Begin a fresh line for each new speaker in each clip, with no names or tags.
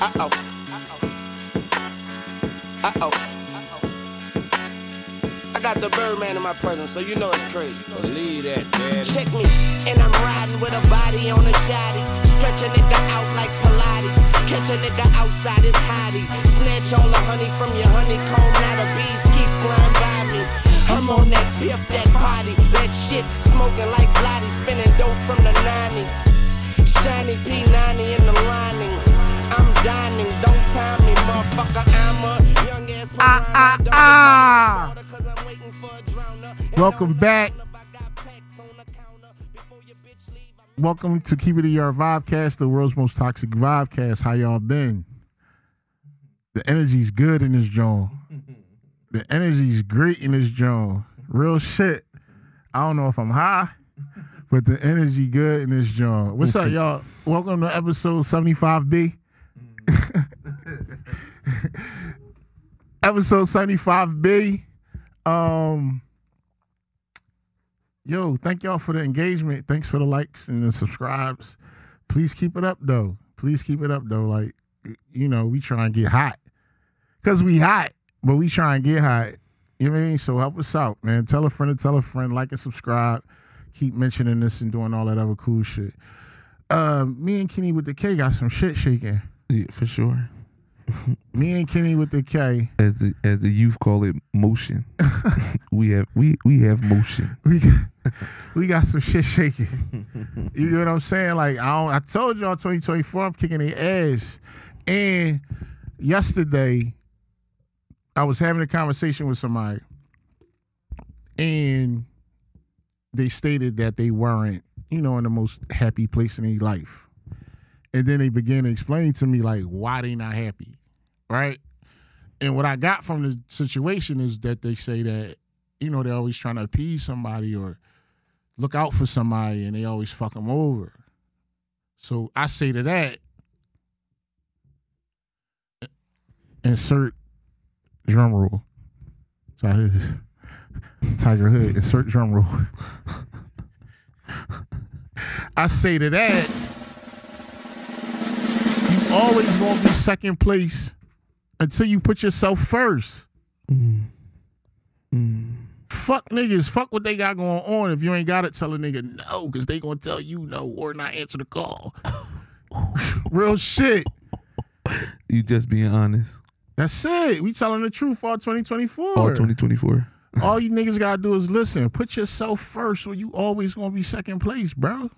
Uh oh. Uh oh. I got the Birdman in my presence, so you know it's crazy.
Believe that, man.
Check me, and I'm riding with a body on a shotty. Stretch a nigga out like Pilates. Catch a nigga outside his hottie. Snatch all the honey from your honeycomb. Now the bees keep flying by me. I'm on that piff, that potty. That shit smoking like Lottie. Spinning dope from the 90s. Shiny P90 in the lining. I'm dining, don't time me, motherfucker. I'm a young ass
Ah, ah, ah.
Welcome back.
Welcome to Keep It in Your Vibecast, the world's most toxic vibecast. How y'all been? The energy's good in this joint. The energy's great in this joint. Real shit. I don't know if I'm high, but the energy good in this joint. What's up, y'all? Welcome to episode 75B. episode 75B. Um, yo, thank y'all for the engagement. Thanks for the likes and the subscribes. Please keep it up though. Please keep it up though. Like, you know, we try and get hot. Cause we hot, but we try and get hot. You know what I mean? So help us out, man. Tell a friend to tell a friend, like and subscribe. Keep mentioning this and doing all that other cool shit. Uh, me and Kenny with the K got some shit shaking.
Yeah, for sure.
Me and Kenny with the K.
As the as the youth call it, motion. we have we we have motion.
we got, we got some shit shaking. you know what I'm saying? Like I don't, I told y'all 2024 I'm kicking the ass. And yesterday I was having a conversation with somebody and they stated that they weren't, you know, in the most happy place in their life. And then they began to explain to me like why they not happy. Right? And what I got from the situation is that they say that you know, they're always trying to appease somebody or look out for somebody and they always fuck them over. So I say to that, insert drum roll. So I hear this Tiger Hood, insert drum roll. I say to that, you always gonna be second place until you put yourself first fuck niggas, fuck what they got going on. If you ain't got it, tell a nigga no, because they gonna tell you no or not answer the call. Real shit.
You just being honest.
That's it. We telling the truth all 2024.
All twenty twenty four.
All you niggas gotta do is listen. Put yourself first, or you always gonna be second place, bro.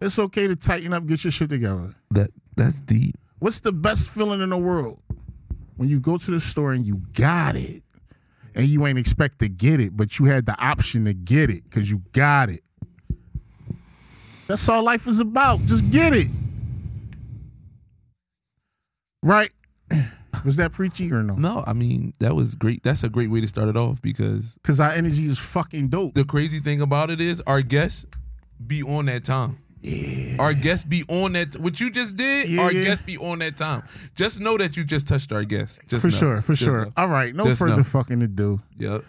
It's okay to tighten up, get your shit together.
That that's deep.
What's the best feeling in the world? When you go to the store and you got it, and you ain't expect to get it, but you had the option to get it because you got it. That's all life is about. Just get it. Right? Was that preachy or no?
No, I mean that was great. That's a great way to start it off because
Because our energy is fucking dope.
the crazy thing about it is our guests be on that time. Our guests be on that. What you just did,
Yeah,
our
yeah.
guests be on that time. Just know that you just touched our guests. Just
For
know.
sure, for
Just
sure.
know.
All right, no
Just
further
know.
fucking to do.
Yep.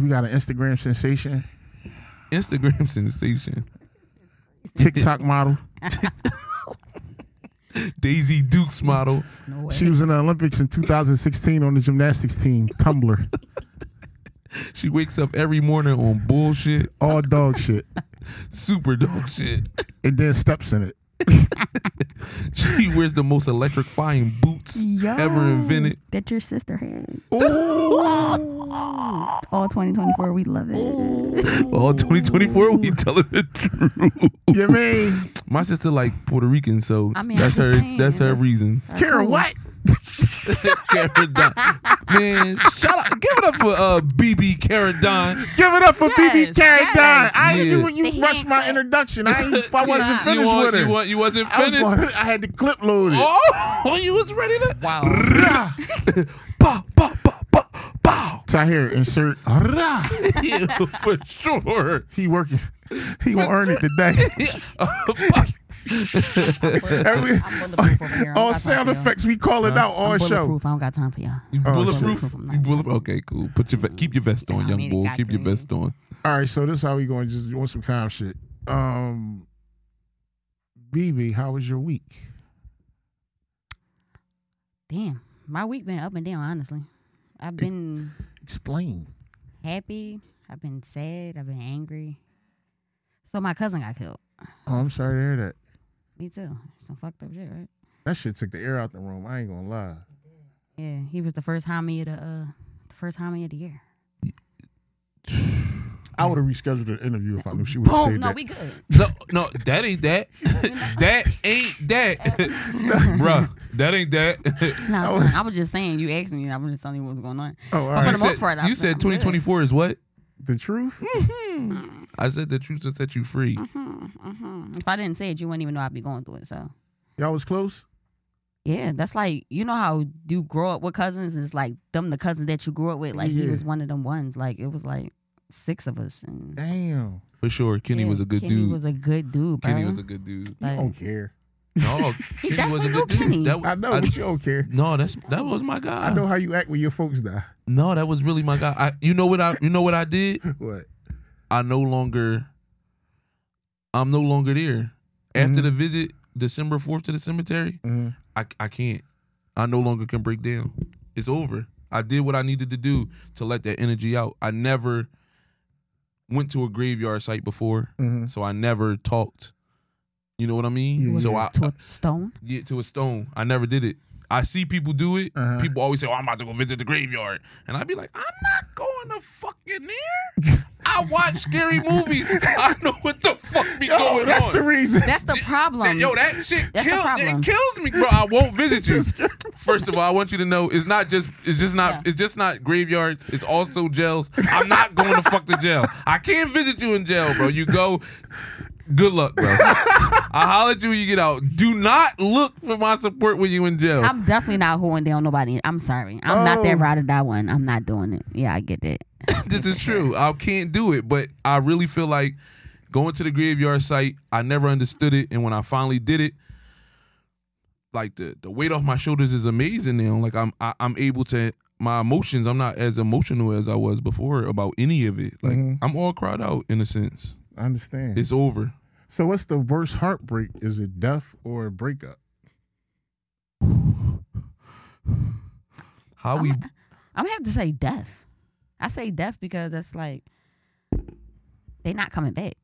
We got an Instagram sensation,
Instagram sensation.
TikTok model.
Daisy Dukes model.
She was in the Olympics in 2016 on the gymnastics team, Tumblr.
She wakes up every morning on bullshit,
All dog shit.
super dog shit.
And then steps in it.
She wears the most electrifying boots ever invented.
That your sister had.
Ooh.
All 2024, we love it.
All 2024, we telling the truth.
You mean
My sister like Puerto Rican, so
I mean,
that's
I'm
her.
just saying,
that's her
that's-
reasons.
Kara? What?
Caradon. Man, shout out! Give it up for uh, BB Caradon.
Give it up for BB
Yes,
Carrie
yes.
Dunn. I didn't
Yeah.
do when you
The
rushed my
hand clap.
introduction. I, ain't, I wasn't
You-
finished
you want-
with her.
You, want, you wasn't
I was
finished.
going. I had the clip loaded.
oh, you was ready to
Wow.
bow, bow, bow, bow, bow.
So I hear insert. rah.
Yeah, for sure.
He working. He gonna earn it today. Every,
bulletproof over here. I don't
all
got
sound
time for y'all.
effects. We call it out all
I'm
show.
bulletproof. I don't got time for y'all.
You
Oh,
bulletproof?
shit.
You bullet- okay, cool. Put your ve- keep your vest on,
I
young
mean,
boy.
got
Keep
to.
your vest on.
All right. So this is how we going. Just want some calm shit. Um, BB, how was your week?
Damn, my week been up and down. Honestly, I've been
Explain.
happy. I've been sad. I've been angry. So my cousin got killed.
Oh, I'm sorry to hear that.
Me too. Some fucked up shit, right?
That shit took the air out the room. I ain't gonna lie.
Yeah, he was the first homie of the uh, the first homie of the year.
I would have rescheduled the interview if I knew she would have
Boom.
said
No,
that.
we good.
No, no, that ain't that. that ain't that, bruh. That ain't that.
No, it's fine. I was just saying. You asked me. and I was just telling you what was going on.
oh, all
you
For the
right.
most
said,
part, I'm-
you said
I'm good.
2024 is what?
The truth?
Mm-hmm.
I said the truth will set you free.
Mhm, mhm. If I didn't say it, you wouldn't even know I'd be going through it. So
Y'all was close?
yeah, that's like you know how you grow up with cousins. It's like them the cousins that you grew up with. Like he
Yeah.
was one of them ones. Like it was like six of us. And
Damn.
For sure, Kenny
Yeah,
was a good
Kenny
dude.
was a good dude. Bro.
Kenny was a good dude.
You
Like,
don't care.
No,
He
Kenny was a
definitely
good
knew Kenny.
dude. That, was-
I know, but you don't care.
no, that's that was my guy.
I know how you act when your folks die.
No, that was really my guy. I, you know what I? You know what I did?
What?
I no longer. I'm no longer there. After
Mhm.
the visit, December fourth to the cemetery,
Mhm.
I I can't. I no longer can break down. It's over. I did what I needed to do to let that energy out. I never went to a graveyard site before,
Mhm.
so I never talked. You know what I mean?
Yeah,
was
so
it
I
to a stone.
yeah, to a stone. I never did it. I see people do it.
Uh-huh.
People always say, "Oh, I'm about to go visit the graveyard," and I'd be like, "I'm not going to fucking there. I watch scary movies. I know what the fuck be
Oh,
going
that's
on."
the reason.
That's the problem.
Yo, that shit
That's the
kills. It
problem.
kills me, bro. I won't visit you. First of all, I want you to know it's not just it's just not
Yeah.
it's just not graveyards. It's also jails. I'm not going to fuck the jail. I can't visit you in jail, bro. You go. Good luck, bro. I holler at you when you get out. Do not look for my support when you in jail.
I'm definitely not holding down nobody. I'm sorry. I'm not
Oh.
that ride or die one. I'm not doing it. Yeah, I get that.
this is true. I can't do it, but I really feel like going to the graveyard site. I never understood it, and when I finally did it, like the the weight off my shoulders is amazing now. Like I'm I, I'm able to my emotions. I'm not as emotional as I was before about any of it. Like
Mhm.
I'm all cried out in a sense.
I understand.
It's over.
so, what's the worst heartbreak? Is it death or a breakup?
How
I'm
we
a- I'm gonna have to say death. I say death because that's like they not coming back.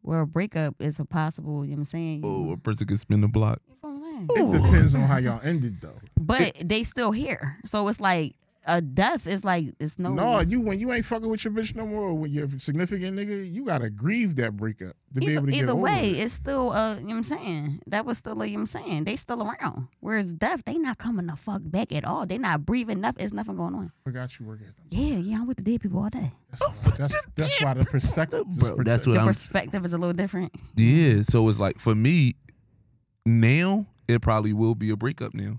Where a breakup is a possible, you know what I'm saying? You-
oh a person can spin the block.
you know what I'm
It
saying?
depends on how y'all ended, though.
But they still here. So it's like a death is like it's no
No, you when you ain't fucking with your bitch no more, or when you're a significant nigga, you gotta grieve that breakup to be able
either,
to get
either
over
way,
it.
it's still uh you know what I'm saying? That was still a you know what I'm saying, they still around. Whereas death, they not coming the fuck back at all. They not breathing enough, it's nothing going on.
Forgot you were getting.
Yeah, yeah, I'm with the dead people all day.
That's, why- that's, that's why the perspective.
Bro, that's what
The
I'm
perspective is a little different.
Yeah, so it's like for me now, it probably will be a breakup now.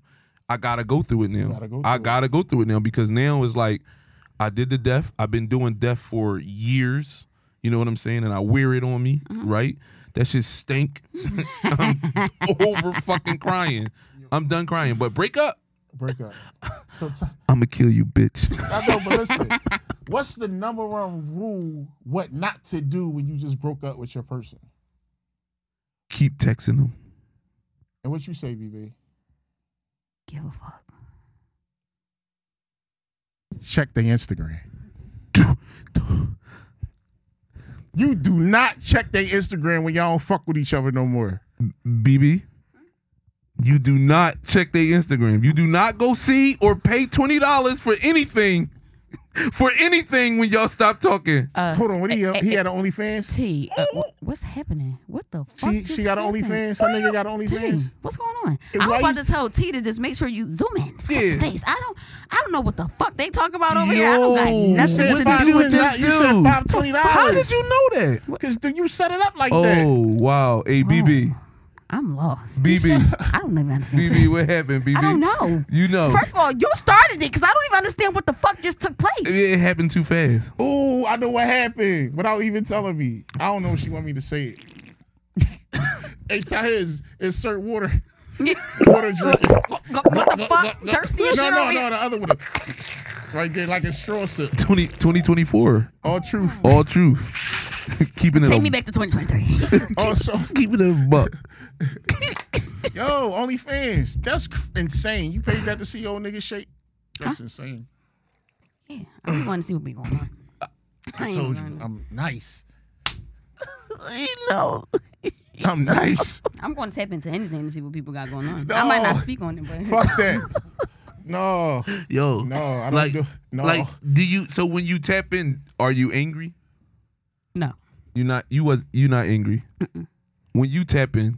I gotta go through it now.
gotta go through
I
it.
gotta go through it now because now it's like I did the deaf. I've been doing deaf for years. You know what I'm saying? And I wear it on me, right? That shit stink. I'm over fucking crying. I'm done crying. But break up.
breakup. So t-
I'ma kill you, bitch.
I know, but listen, what's the number one rule? What not to do when you just broke up with your person?
Keep texting them.
And what you say, BB?
Give a fuck.
Check the Instagram. You do not check their Instagram when y'all don't fuck with each other no more.
BB, you do not check their Instagram. You do not go see or pay twenty dollars for anything, for anything when y'all stop talking.
Uh,
Hold on, what he
eh,
he
eh,
had an OnlyFans?
T, uh, wh- what's happening? What the fuck?
She
just
she got an
happened?
OnlyFans. Her nigga got an
T,
OnlyFans.
what's going on?
And
I'm
why
about
you-
to tell T to just make sure you zoom in. Fuck
Yeah.
face. I don't, I don't know what the fuck they talking about over here. I don't got
Yo,
nothing
what
to
did
do
you
with
do?
this.
this
You said
dude?
five twenty dollars.
How did you know that?
Because do you set it up like that?
Oh wow! Hey BB,
I'm lost.
BB,
I don't even understand.
BB, what happened? BB,
I don't know.
You know,
First of all, you started it because I don't even understand what the fuck just took place.
it happened too fast.
Oh, I know what happened without even telling me. I don't know if she want me to say it. hey, Tahiz, insert water. water dripping.
what the fuck? Thirsty as
No,
shit
no,
over
no,
here.
the other one. Right there, like a straw sip.
20, 2024,
All truth.
all truth. keeping it
Take
a,
Oh, me back to 2023.
Also,
Keeping it a buck.
Yo, OnlyFans. That's c- insane. You paid that to see old nigga shake? That's insane.
Yeah, I really want to see what be going on. I,
I
ain't
told you,
learning.
I'm nice.
no.
I'm nice.
I'm going to tap into anything to see what people got going on. I might
No.
not speak on it, but
Fuck that. No,
Yo,
no, I don't
like,
do. No,
like, do you? So when you tap in, are you angry?
no,
You not? You was? You not angry? When you tap in,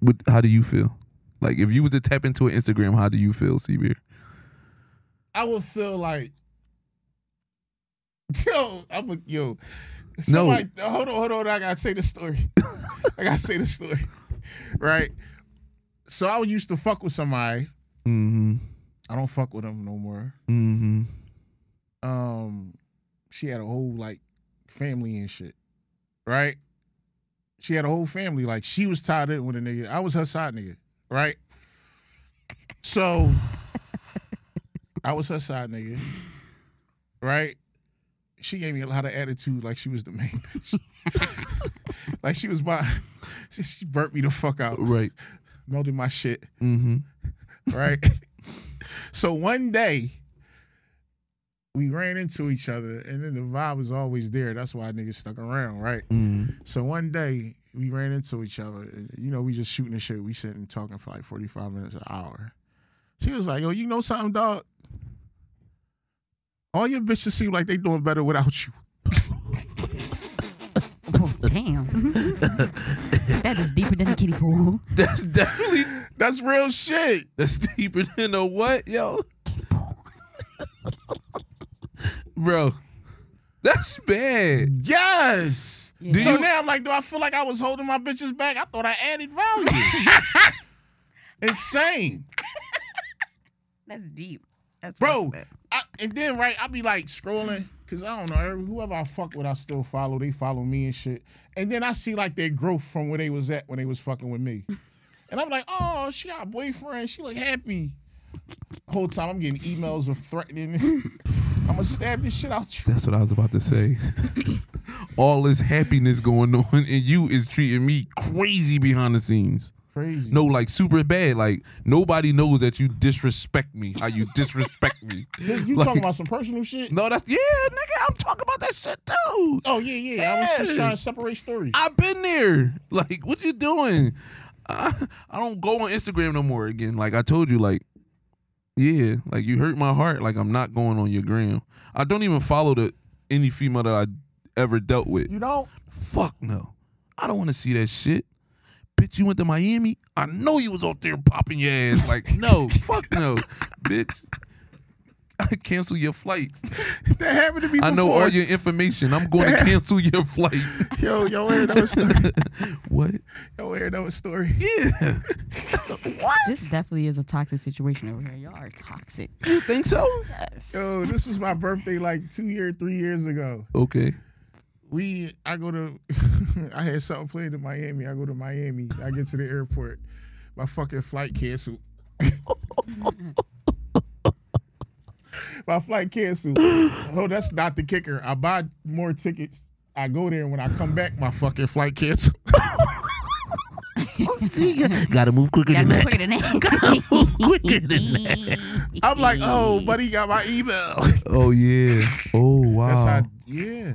what? How do you feel? Like if you was to tap into an Instagram, how do you feel, Seabeer?
I would feel like, yo, I'm a yo.
No.
Somebody, hold on, hold on. I gotta say this story. I gotta say this story, right? So I used to fuck with somebody.
Mm-hmm.
I don't fuck with them no more.
Mm-hmm.
um she had a whole like family and shit. Right? She had a whole family. Like she was tied up with a nigga. I was her side nigga. Right? So I was her side nigga. Right? She gave me a lot of attitude like she was the main bitch. like she was my she, she burnt me the fuck out.
Right.
Melted my shit
Mm-hmm.
right? so one day we ran into each other, and then the vibe was always there. That's why niggas stuck around, right?
Mm.
So one day we ran into each other. and, You know, we just shooting the shit. We sitting talking for like forty five minutes an hour. She was like, "Yo, you know something, dog? All your bitches seem like they doing better without you."
oh, damn, that is deeper than a kiddie pool.
That's definitely
That's real shit.
that's deeper than a what, yo, bro. That's bad.
Yes.
Yeah.
Do
So
you-
now I'm like, do I feel like I was holding my bitches back? I thought I added value. Insane.
That's deep. That's
Bro, I, and then right, I'll be like scrolling because I don't know every- whoever I fuck with, I still follow. They follow me and shit, and then I see like their growth from where they was at when they was fucking with me, and I'm like, oh, she got a boyfriend, she look happy. Whole time I'm getting emails of threatening. I'm gonna stab this shit out you.
That's what I was about to say. All this happiness going on, and you is treating me crazy behind the scenes.
Crazy.
No, like super bad. Like nobody knows that you disrespect me. How you disrespect me?
This- you
Like-
talking about some personal shit?
No, that's yeah, nigga. I'm talking about that shit too.
Oh yeah, yeah. I was just
Yeah.
trying to separate stories.
I've been there. Like, what you doing? I, I don't go on Instagram no more again. Like I told you, like, yeah, like you hurt my heart. Like I'm not going on your gram. I don't even follow the any female that I ever dealt with.
you don't.
Fuck no. I don't want to see that shit. Bitch, you went to Miami. I know you was out there popping your ass. Like, no, fuck no, bitch. I cancel your flight.
That happened to me.
I know all
before.
your information. I'm going to cancel your flight.
Yo, yo, hear that was story.
what?
Yo, hear that was story.
Yeah.
this definitely is a toxic situation over here. Y'all are toxic.
You think so?
Yo, this was my birthday like two year, three years ago.
Okay.
We, I go to, I had something planned in Miami. I go to Miami. I get to the airport. My fucking flight canceled. my flight canceled. Oh, that's not the kicker. I buy more tickets. I go there, and when I come back, my fucking flight canceled.
Gotta move quicker
Gotta move quicker than that.
quicker than
I'm like, oh, buddy got my email.
Oh yeah. Oh wow.
That's how, yeah.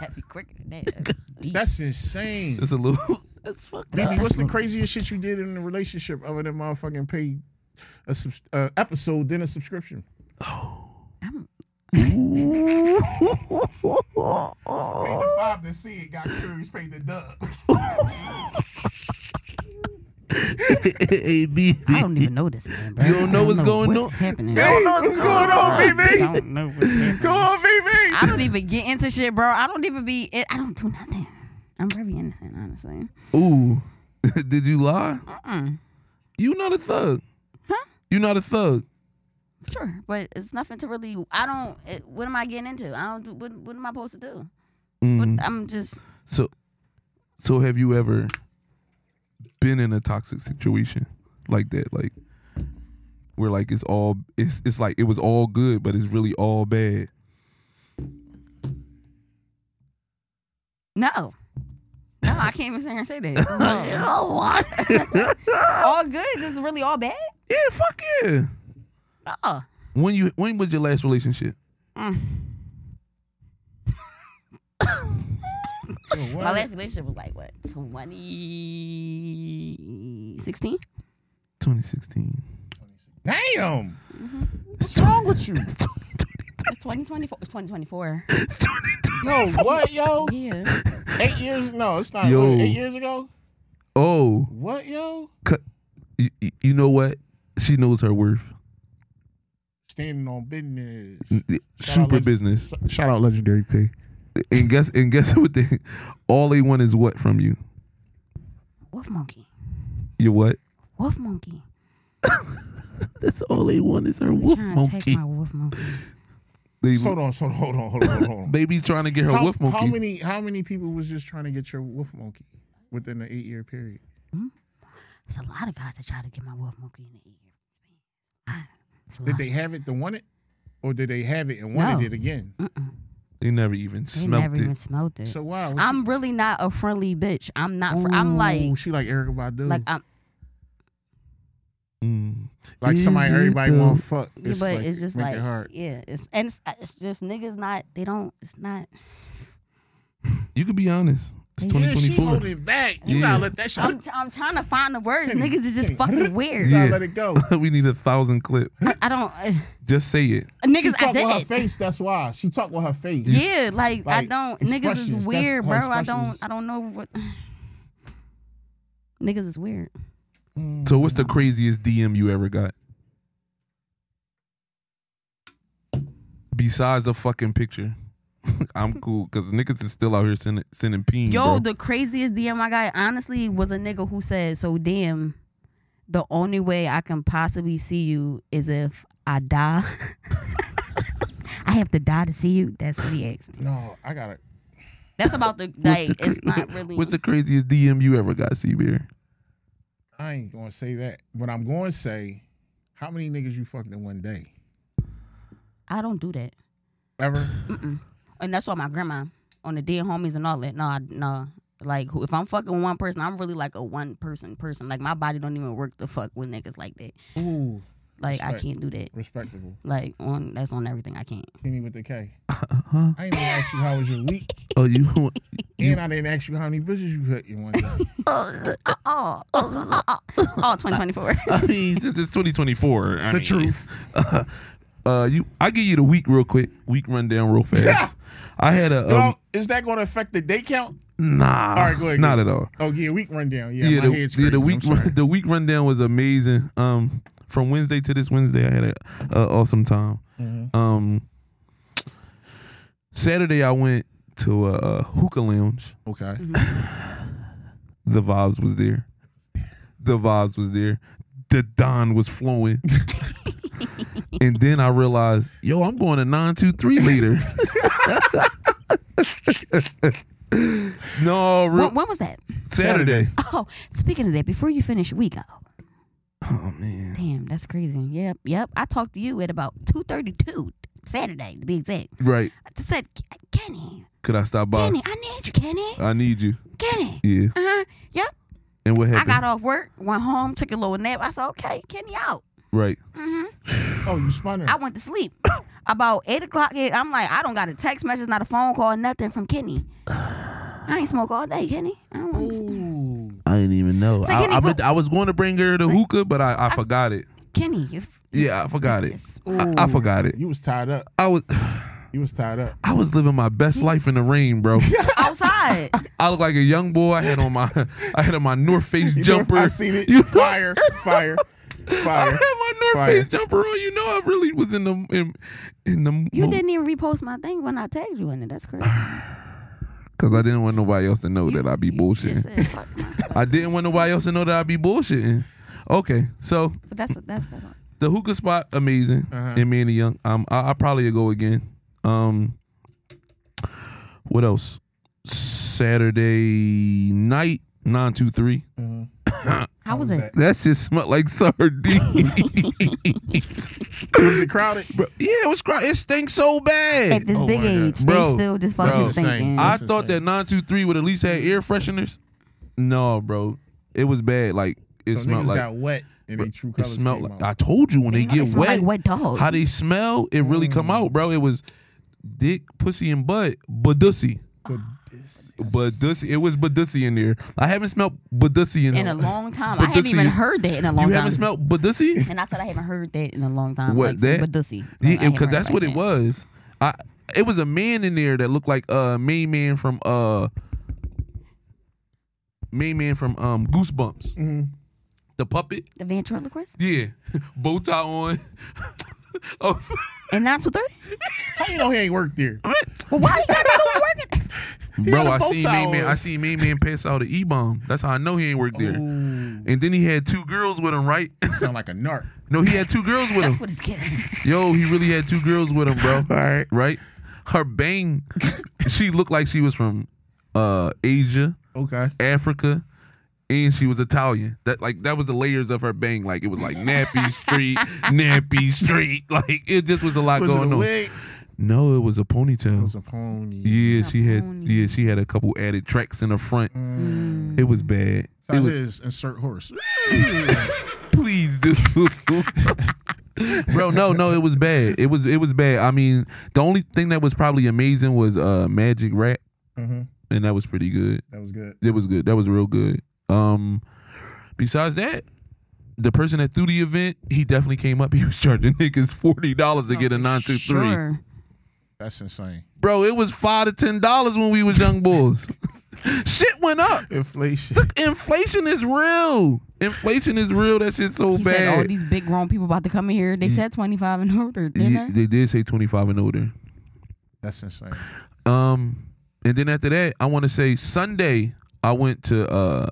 Gotta be quicker than that. That's deep.
That's insane.
That's a little. That's fucked
Baby, what's the
crazy?
craziest shit you did in a relationship other than motherfucking pay a subs- uh, episode then a subscription?
I'm-
Paid the five to see it, got curious, paid the dub.
I don't even know this man, bro.
You don't know
I
what's going on?
Happening.
Hey, what's going on,
I
BB?
don't know what's happening.
Go on,
I
BB.
don't even get into shit, bro. I don't even be. I don't do nothing. I'm very innocent, honestly.
Ooh. Did you lie?
Uh-uh.
You not a thug.
Huh?
You not a thug.
Sure, but it's nothing to really. I don't. It, what am I getting into? I don't. Do, what, what am I supposed to do? What,
Mm.
I'm just.
So, so have you ever been in a toxic situation like that? Like where like it's all it's it's like it was all good, but it's really all bad.
No. No. know. I can't even sit here and say that. Oh, what? all good. This is really all bad.
Yeah, fuck yeah.
No. Mm.
When you when was your last relationship?
My last relationship was like what 2016.
2016.
Damn.
What's wrong
with you?
It's 2024. It's 2024.
Yo, what, yo?
Yeah.
Eight years? No, it's not.
Yo.
Eight years ago?
Oh,
What, yo?
you, you know what? She knows her worth.
Standing on business.
Mm,
Super
like-
business.
Shout out Legendary P.
And guess and guess what? They, all they want is what from you?
Wolf monkey.
Your what?
Wolf monkey.
That's all they want is her
You
wolf
trying to
monkey.
take my wolf monkey?
They,
Hold on, hold on, hold on, hold on, hold on.
baby trying to get her
How,
wolf monkey.
how many how many people was just trying to get your wolf monkey within the eight year period?
There's a lot of guys that try to get my wolf monkey in the ear. It's a
Did
lot.
they have it to want it, or did they have it and wanted
No.
it again?
Mm-mm.
They never even
They
smelt
never
it.
even smelled it.
So Oh, wow,
I'm really not a friendly bitch. I'm not. Fr- I'm
Ooh,
like,
she like Erica Badu, like,
like I'm.
Mm.
somebody
Is it
everybody
though?
want to fuck.
Yeah, but it's just
make
like,
it hard.
yeah, it's and it's, uh, it's just niggas not. They don't. It's not.
You could be honest. It's
Yeah, she
2024.
holding back. You
Yeah.
gotta let that shit.
I'm, I'm trying to find the words.
Kenny,
Niggas is just
Kenny.
fucking weird.
you gotta
Yeah.
let it go.
we need a thousand clip.
I, I don't. Uh,
Just say it.
She
niggas, I
talk with her
did.
face. That's why she talk with her face.
Yeah, like, I
Like,
don't. Niggas
expressions,
is
that's
weird,
her
bro. I don't.
expressions.
I don't know what. Niggas is weird.
So what's the craziest DM you ever got? Besides a fucking picture. I'm cool because niggas is still out here sending sending peen.
Yo,
bro.
the craziest DM I got, honestly, was a nigga who said, "So damn, the only way I can possibly see you is if I die. I have to die to see you." That's what he asked me.
No, I got it.
That's about the
What's
like.
the
it's
cra-
not really.
What's the craziest DM you ever got, C Bear?
I ain't gonna say that. But I'm going to say, how many niggas you fucked in one day?
I don't do that,
Ever?
and that's why my grandma on the dead homies and all that. No, I, no. Like who- if I'm fucking with one person, I'm really like a one person person. Like my body don't even work to fuck with niggas like that.
Ooh,
Like I
Respect.
can't do that.
respectable.
Like on that's on everything. I can't.
Kenny with the K.
Uh-huh.
I ain't gonna ask you how was your week,
Oh, you
and I didn't ask you how many bitches you cut in one day.
oh, oh, oh, oh, oh, 2024.
I mean, since it's 2024,
The
I mean,
truth.
Uh, uh, you, I give you the week real quick. Week rundown real fast. I had a um,
Dog, is that gonna affect the day count?
nah,
All right, go ahead,
not
go
at all.
Oh yeah, week rundown. Yeah,
yeah,
my
the,
head's crazy.
yeah, the
I'm
week
sorry.
run, the week rundown was amazing. Um, from Wednesday to this Wednesday, I had a, a awesome time.
Mhm.
Um, Saturday I went to a, uh hookah lounge.
Okay.
The vibes was there. The vibes was there. The don was flowing. and then I realized, yo, I'm going to nine two three later. no, real,
when, when was that?
Saturday.
Oh, speaking of that, before you finish, we go.
Oh man.
Damn, that's crazy. Yep, yep. I talked to you at about 2:32 Saturday, to be exact.
Right.
I just said, "K- Kenny,
Could I stop by?
Kenny, I need you, Kenny,
I need you.
Kenny.
Yeah.
Uh huh. Yep.
And what
I
happened?
got off work, went home, took a little nap. I said, okay, Kenny out.
right.
hmm
Oh, you spun her.
I went to sleep. About eight o'clock, it- I'm like, I don't got a text message, not a phone call, nothing from Kenny. I ain't smoke all day, Kenny. I don't want
Ooh.
I didn't even know.
So
I,
Kenny,
I,
what-
meant- I was going to bring her the hookah, but I, I, forgot it.
Kenny, if
Yeah, I forgot it.
Yes.
I, I
Ooh.
forgot it.
You was tied up.
I was
You was tied up.
I was living my best life in the rain, bro.
outside.
I look like a young boy. I had on my I had on my North Face
You know,
jumper.
I seen it.
You-
Fire, fire,
I had
fire.
my North
Fire.
Face jumper on. You know, I really was in the in, in the
you didn't even repost my thing when I tagged you in it. That's crazy.
because I didn't want nobody else to know that I be
You
bullshitting.
said, fuck myself.
I didn't want nobody else to know that I be bullshitting. Okay, so
But that's that's that's
the hookah spot amazing
Uh-huh.
and me and the young um I, I probably go again um what else saturday night 923
Mhm.
how was it?
that just smelled like sardines
Was it crowded?
bro yeah it was cry it stinks so bad
At this
Oh
big
my God.
age,
Bro,
they still just
bro,
fucking
insane.
thinking.
i
It's
thought that
insane.
923 would at least have air fresheners No, bro, it was bad. Like it
So
smelled
niggas
like
got wet and they true
it
colors
smelled
came
like. I
out.
told you when they,
They
get
smell
wet,
like wet dog.
how they smell, it really
Mm.
come out, bro. It was dick, pussy, and butt, badussy.
But this-
Badussy. It was badussy in there. I haven't smelled badussy in,
in a long time.
But
I haven't
Dootsy,
even heard that in a long
You
time.
haven't smelled badussy?
and I said I haven't heard that in a long time.
What,
like,
that?
But Dootsy. Like, I
Yeah,
haven't
because
heard
that's
like
what it
that.
was. I it was a man in there that looked like uh main man from uh main man from um Goosebumps.
Mm-hmm.
The puppet,
The ventriloquist
yeah, bow tie on. oh,
and nine two three.
How you know he ain't worked there?
Well, why you got that working?
bro,
had a
I
bow
seen
tie
main man.
on.
I seen main man pass out an e bomb. That's how I know he ain't worked there. And then he had two girls with him, right?
Sound like a narc.
no, he had two girls with
That's
him.
what it's getting.
Yo, he really had two girls with him, bro.
All right.
right? Her bang, she looked like she was from uh Asia,
Okay.
Africa, and she was Italian. That like that was the layers of her bang. Like it was like nappy street, nappy street. Like it just was a lot
Was it
going
a
on.
wig?
No, it was a ponytail.
It was a pony.
yeah, she had
pony.
yeah she had a couple added tracks in the front.
Mm.
It was bad.
So
It was-
his insert horse. Mm-hmm.
please do. Bro, no, no, it was bad. It was it was bad. I mean, the only thing that was probably amazing was uh Magic Rap,
Mhm.
and that was pretty good.
That was good.
It was good. That was real good. Um, besides that, the person that threw the event, he definitely came up. He was charging niggas forty dollars to get a nine two three.
Oh, Sure.
That's insane.
Bro, it was five to ten dollars when we was young boys. Shit went up.
Inflation.
Inflation is real. Inflation is real. That shit's so
He
bad.
said all these big grown people about to come in here. They said twenty five and older, didn't
Ye- they did say 25 and older.
That's insane.
Um, and then after that, I want to say Sunday I went to uh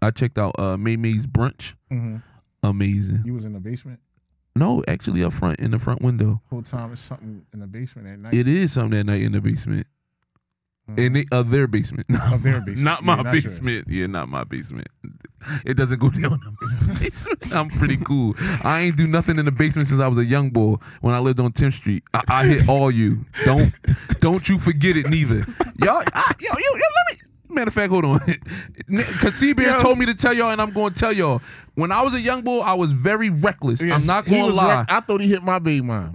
I checked out uh May May's brunch.
Mm-hmm.
Amazing.
You was in the basement
No, actually up front in the front window.
whole time. It's something in the basement at night.
It is something that night in the basement.
Mhm.
In the, uh, their basement.
Of their basement.
Not
Yeah,
my
not yours.
basement. Yeah, not my basement. It doesn't go down in my basement. I'm pretty cool. I ain't do nothing in the basement since I was a young boy when I lived on 10th Street. I, I hit all you. Don't don't you forget it neither. Y'all I, yo, yo, yo, let me Matter of fact, hold on. Cause C Bear
Yo.
told me to tell y'all, and I'm going to tell y'all. When I was a young boy, I was very reckless.
Yes,
I'm not
he
going to
was
lie.
right. I thought he hit my baby mom.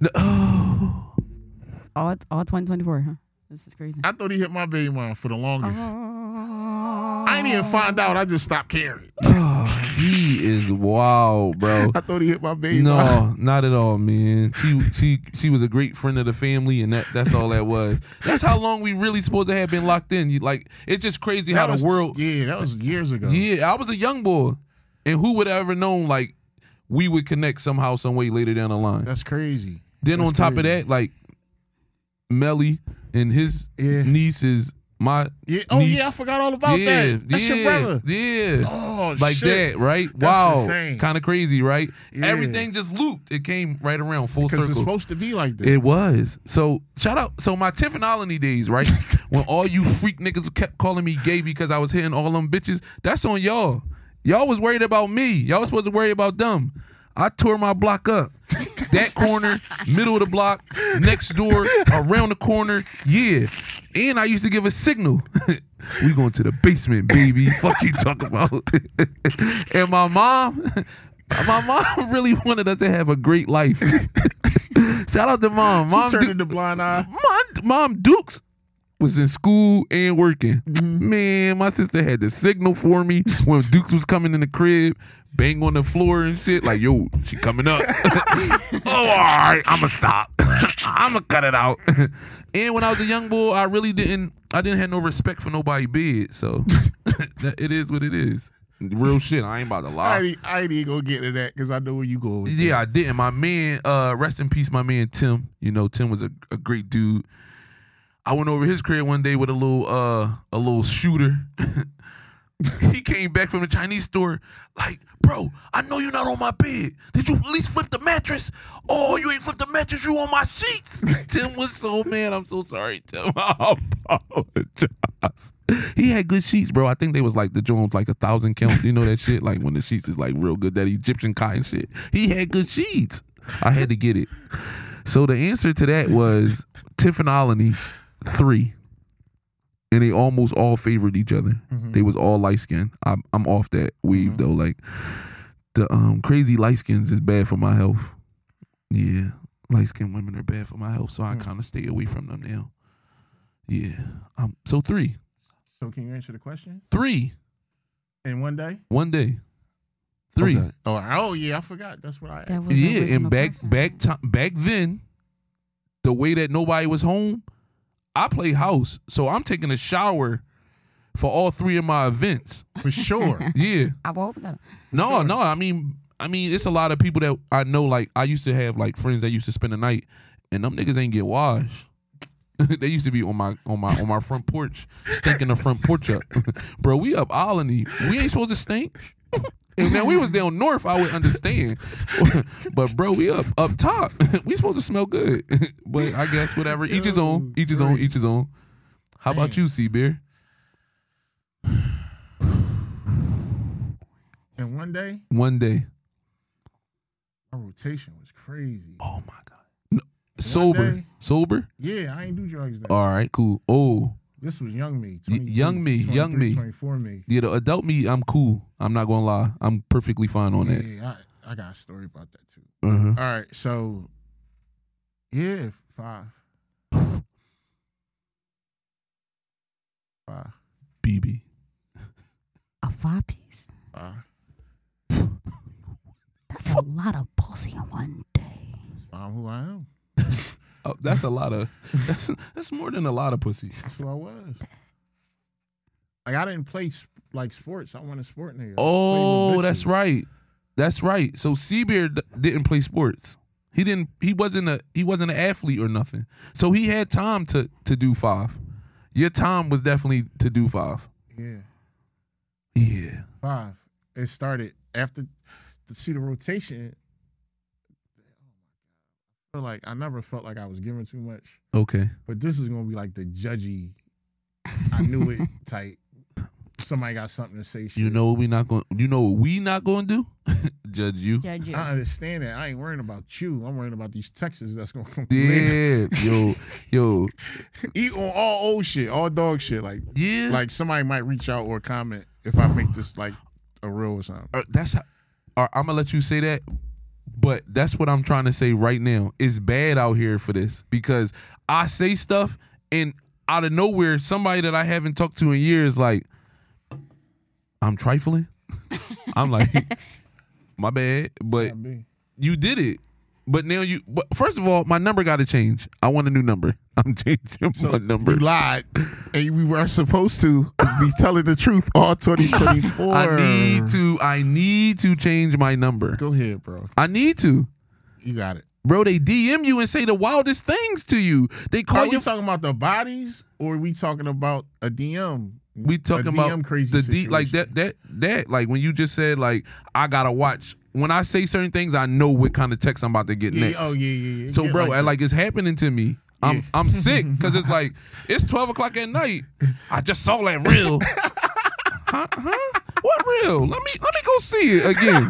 All all twenty twenty four. Huh? This is crazy.
I thought he hit my baby mom for the longest. I didn't even find out. I just stopped caring.
he is wild, bro.
I thought he hit my baby mom.
No, not at all, man. She she she was a great friend of the family, and that that's all that was. That's how long we really supposed to have been locked in. You like it's just crazy
That
how
was,
the world.
Yeah, that was years ago.
Yeah, I was a young boy, and who would have ever known like we would connect somehow, some way later down the line.
That's crazy.
then
that's
on top
crazy.
of that, like Melly and his
Yeah.
niece is my
Yeah. Oh,
niece.
yeah, I forgot all about
yeah,
that. That's
yeah,
your brother.
Yeah
Oh,
like
shit.
that, right?
That's
wow,
insane.
kind of crazy, right?
Yeah.
Everything just looped. It came right around full
Because it's
circle.
supposed to be like that.
It was so shout out. So my Tiffany days, right? when all you freak niggas kept calling me gay because I was hitting all them bitches. That's on y'all. Y'all was worried about me. Y'all was supposed to worry about them. I tore my block up. That corner, middle of the block, next door, around the corner, yeah. And I used to give a signal. we going to the basement, baby. Fuck you talking about. and my mom, my mom really wanted us to have a great life. Shout out to mom.
she
Mom,
turned
Du-
the blind eye.
mom, mom Dukes was in school and working.
Mm-hmm.
Man, my sister had the signal for me when Dukes was coming in the crib, bang on the floor and shit. Like, yo, she coming up. oh, all right, I'ma stop. I'ma cut it out. and when I was a young boy, I really didn't I didn't have no respect for nobody bid. So that- it is what it is. Real shit. I ain't about to lie.
I ain't, I ain't even gonna get into that because I know where you go. With
Ah. Yeah, I didn't. My man, uh, rest in peace, my man Tim. You know, Tim was a, a great dude. I went over his crib one day with a little uh a little shooter. he came back from the Chinese store, like, bro, I know you're not on my bed. Did you at least flip the mattress? Oh, you ain't flipped the mattress, you on my sheets. Tim was so mad. I'm so sorry, Tim. I apologize. He had good sheets, bro. I think they was like the Jones like a thousand count. You know that shit? Like when the sheets is like real good, that Egyptian cotton shit. He had good sheets. I had to get it. So the answer to that was Tiffany three. and they almost all favored each other.
Mm-hmm.
Mhm.
They was all light skinned. I'm I'm off that weave though. Like the um crazy light skins is bad for my health. Yeah. Light skinned women are bad for my health, so I
Mm.
kinda stay away from them now. Yeah. Um so three.
So can you answer the question
Three.
in one day?
One day. Three.
Okay.
Oh, oh yeah, I forgot. That's what I.
That was
Yeah, and back back time back then, the way that nobody was home, I play house, so I'm taking a shower for all three of my events.
For sure.
Yeah.
I woke up.
No, no. I mean, I mean, it's a lot of people that I know. Like, I used to have like friends that used to spend the night, and them niggas ain't get washed. they used to be on my on my on my front porch, stinking the front porch up. Bro, we up Olney. We ain't supposed to stink. And now we was down north, I would understand. but bro, we up up top. we supposed to smell good. but I guess whatever. Each his own. Each his own. Each his own. How about you, C Beer?
in one day,
One day.
my rotation was crazy.
Oh my god. No, sober.
day.
Sober?
Yeah, I ain't do drugs then.
All right, cool. Oh,
this was young me.
Y-
22,
young me, young
23,
me.
24 me.
yeah, the adult me, I'm cool. I'm not gonna lie. I'm perfectly fine on that.
Yeah, I, I got a story about that too.
Uh-huh.
All right, so yeah, five. Five.
BB.
A five piece?
Five.
That's a lot of pussy in one day.
I'm who I am.
Oh, that's a lot of. That's, that's more than a lot of pussy.
That's who I was. Like I didn't play sp- like sports. I wasn't a sport nigga. I played with
Oh, that's
bitches.
right. That's right. So Seabeard d- didn't play sports. He didn't. He wasn't a. He wasn't an athlete or nothing. So he had time to to do five. Your time was definitely to do five.
Yeah,
Yeah.
five. It started after to see the rotation. I feel like I never felt like I was giving too much,
Okay.
but this is gonna be like the judgy. I knew it type. Somebody got something to say. Shit.
You know what we not going. You know what we not going to do? Judge you.
Judge you.
I understand that. I ain't worrying about you. I'm worrying about these Texans that's gonna come through later.
Yeah. yo. Yo.
eat on all old shit, all dog shit. Like
Yeah.
like somebody might reach out or comment if I make this like a reel or something.
Uh, that's how, I'm gonna let you say that, but that's what I'm trying to say right now. It's bad out here for this because I say stuff and out of nowhere, somebody that I haven't talked to in years, like, I'm trifling. I'm like, my bad, but
Might be.
you did it. But now you, but first of all, my number got to change. I want a new number. I'm changing
So
my number.
you lied, and we were supposed to be telling the truth all 2024.
I need to. I need to change my number.
Go ahead, bro.
I need to.
You got it.
Bro, they DM you and say the wildest things to you. They
Are
call
we
you.
talking about the bodies, or are we talking about a DM?
we
a
talking
DM
about
crazy
the D, like that,
situation?
that, that, like when you just said, like I gotta watch. When I say certain things, I know what kind of text I'm about to get
Yeah,
next.
oh yeah, yeah, yeah.
so,
Get
bro,
like
I-
that.
like it's happening to me. I'm
Yeah.
I'm sick because it's like it's twelve o'clock at night. I just saw that real. huh? huh? What real? Let me let me go see it again,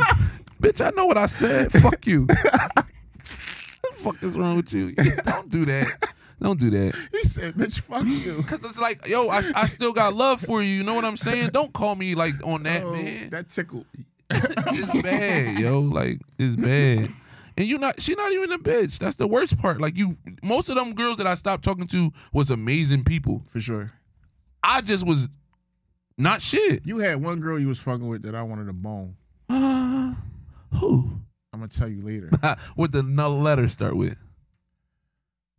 bitch. I know what I said. Fuck you. what the fuck is wrong with you? Don't do that. Don't do that.
he said, "Bitch, fuck you."
Cause it's like, yo, I, I still got love for you. You know what I'm saying? Don't call me like on that,
Oh,
man.
that tickled. me.
it's bad, yo. Like it's bad. And you not, she not even a bitch. That's the worst part. Like you, most of them girls that I stopped talking to was amazing people.
for sure.
I just was not shit.
You had one girl you was fucking with that I wanted to bone.
Uh, who?
I'm gonna tell you later.
what the no- letter start with?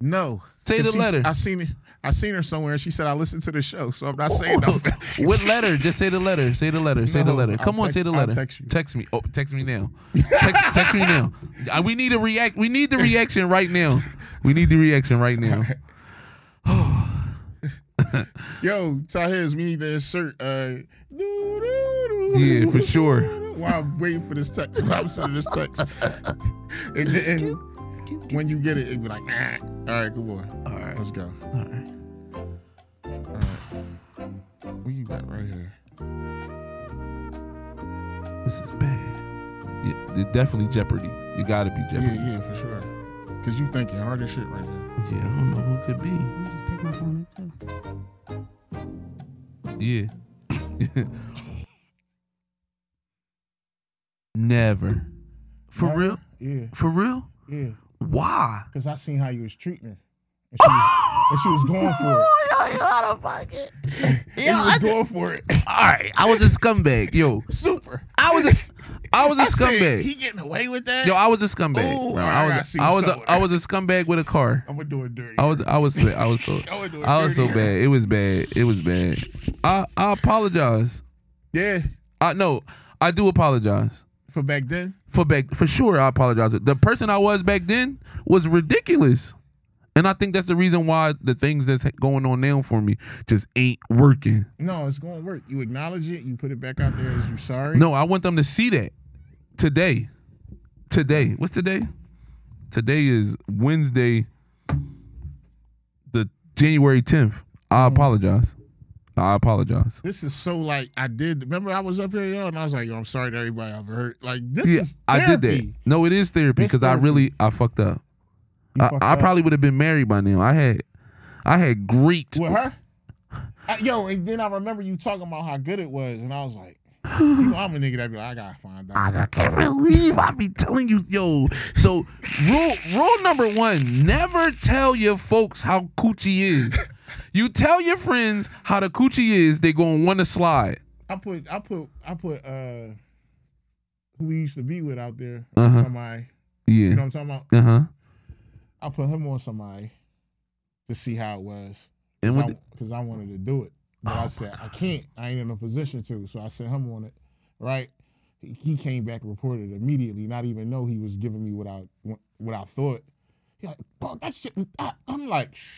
No.
Say the
She's-
letter.
I seen it. I seen her somewhere, and she said I listened to the show, so I'm not saying nothing.
what letter? Just say the letter. Say the letter. Say the
No,
letter.
I'll
Come on,
text-
say the
I'll
letter.
text you.
me. Oh, text me now. text, text me now. Uh, We need a react. We need the reaction right now. We need the reaction right now.
Yo, Tahez, we need to insert. Uh, doo-doo-doo.
Yeah, for sure.
While I'm waiting for this text, while I'm sending this text, and then when you get it, it'd be like, ah. all right, good boy,
All right.
let's go.
All right.
What you got right here?
This is bad. Yeah, it definitely Jeopardy. You gotta be
Yeah,
Jeopardy.
yeah, for sure. Cause you thinking hard as shit right now.
Yeah, I don't know who it could be.
Let me just pick my phone up, too.
Yeah. Never. For
Never?
real?
Yeah,
For real?
yeah.
Why?
Cause I seen how you was treating her, and she was, and she was going for it.
yo, you out of pocket.
She was going for it.
All right, I was a scumbag, yo.
Super.
I was a, I was a
I said,
scumbag.
He getting away with that?
Yo, I was a scumbag.
Ooh,
bro.
I
I
gotta
was,
see
I was, a,
somewhere.
I was a scumbag with a car.
I'm gonna do it dirty.
I was, I was, I was so,
I would do it
I was so
dirty.
bad. It was bad. It was bad. I, I apologize.
Yeah,
I no, I do apologize
for back then.
for back for sure. I apologize. The person I was back then was ridiculous, and I think that's the reason why the things that's going on now for me just ain't working.
No, it's gonna work. You acknowledge it. You put it back out there as you're sorry.
No, I want them to see that today. Today, what's today? Today is Wednesday, the January tenth. I
Mm.
apologize. I apologize.
This is so like I did. Remember, I was up here, yo, and I was like, yo, I'm sorry to everybody I've hurt. Like this
Yeah,
is
I did that.
therapy.
No, it is therapy
It's
because I
therapy.
really I fucked up.
You
I,
fucked
I
up.
probably would have been married by now. I had, I had great.
with her. I- yo, and then I remember you talking about how good it was, and I was like, you know, I'm a nigga that be like, I gotta find out.
I can't believe I be telling you, yo. So rule rule number one: never tell your folks how coochie is. you tell your friends how the coochie is, they gonna want to slide.
I put, I put, I put, uh, who we used to be with out there,
Uh-huh.
somebody. You know
Yeah.
what I'm talking about?
Uh huh.
I put him on somebody to see how it was,
And with
because I, wanted to do it, but I said I can't. I ain't in a position to, so I sent him on it. Right? He- He came back and reported immediately, not even know he was giving me what I what I thought. He like, bro, that shit was. I, I'm like, "Shh."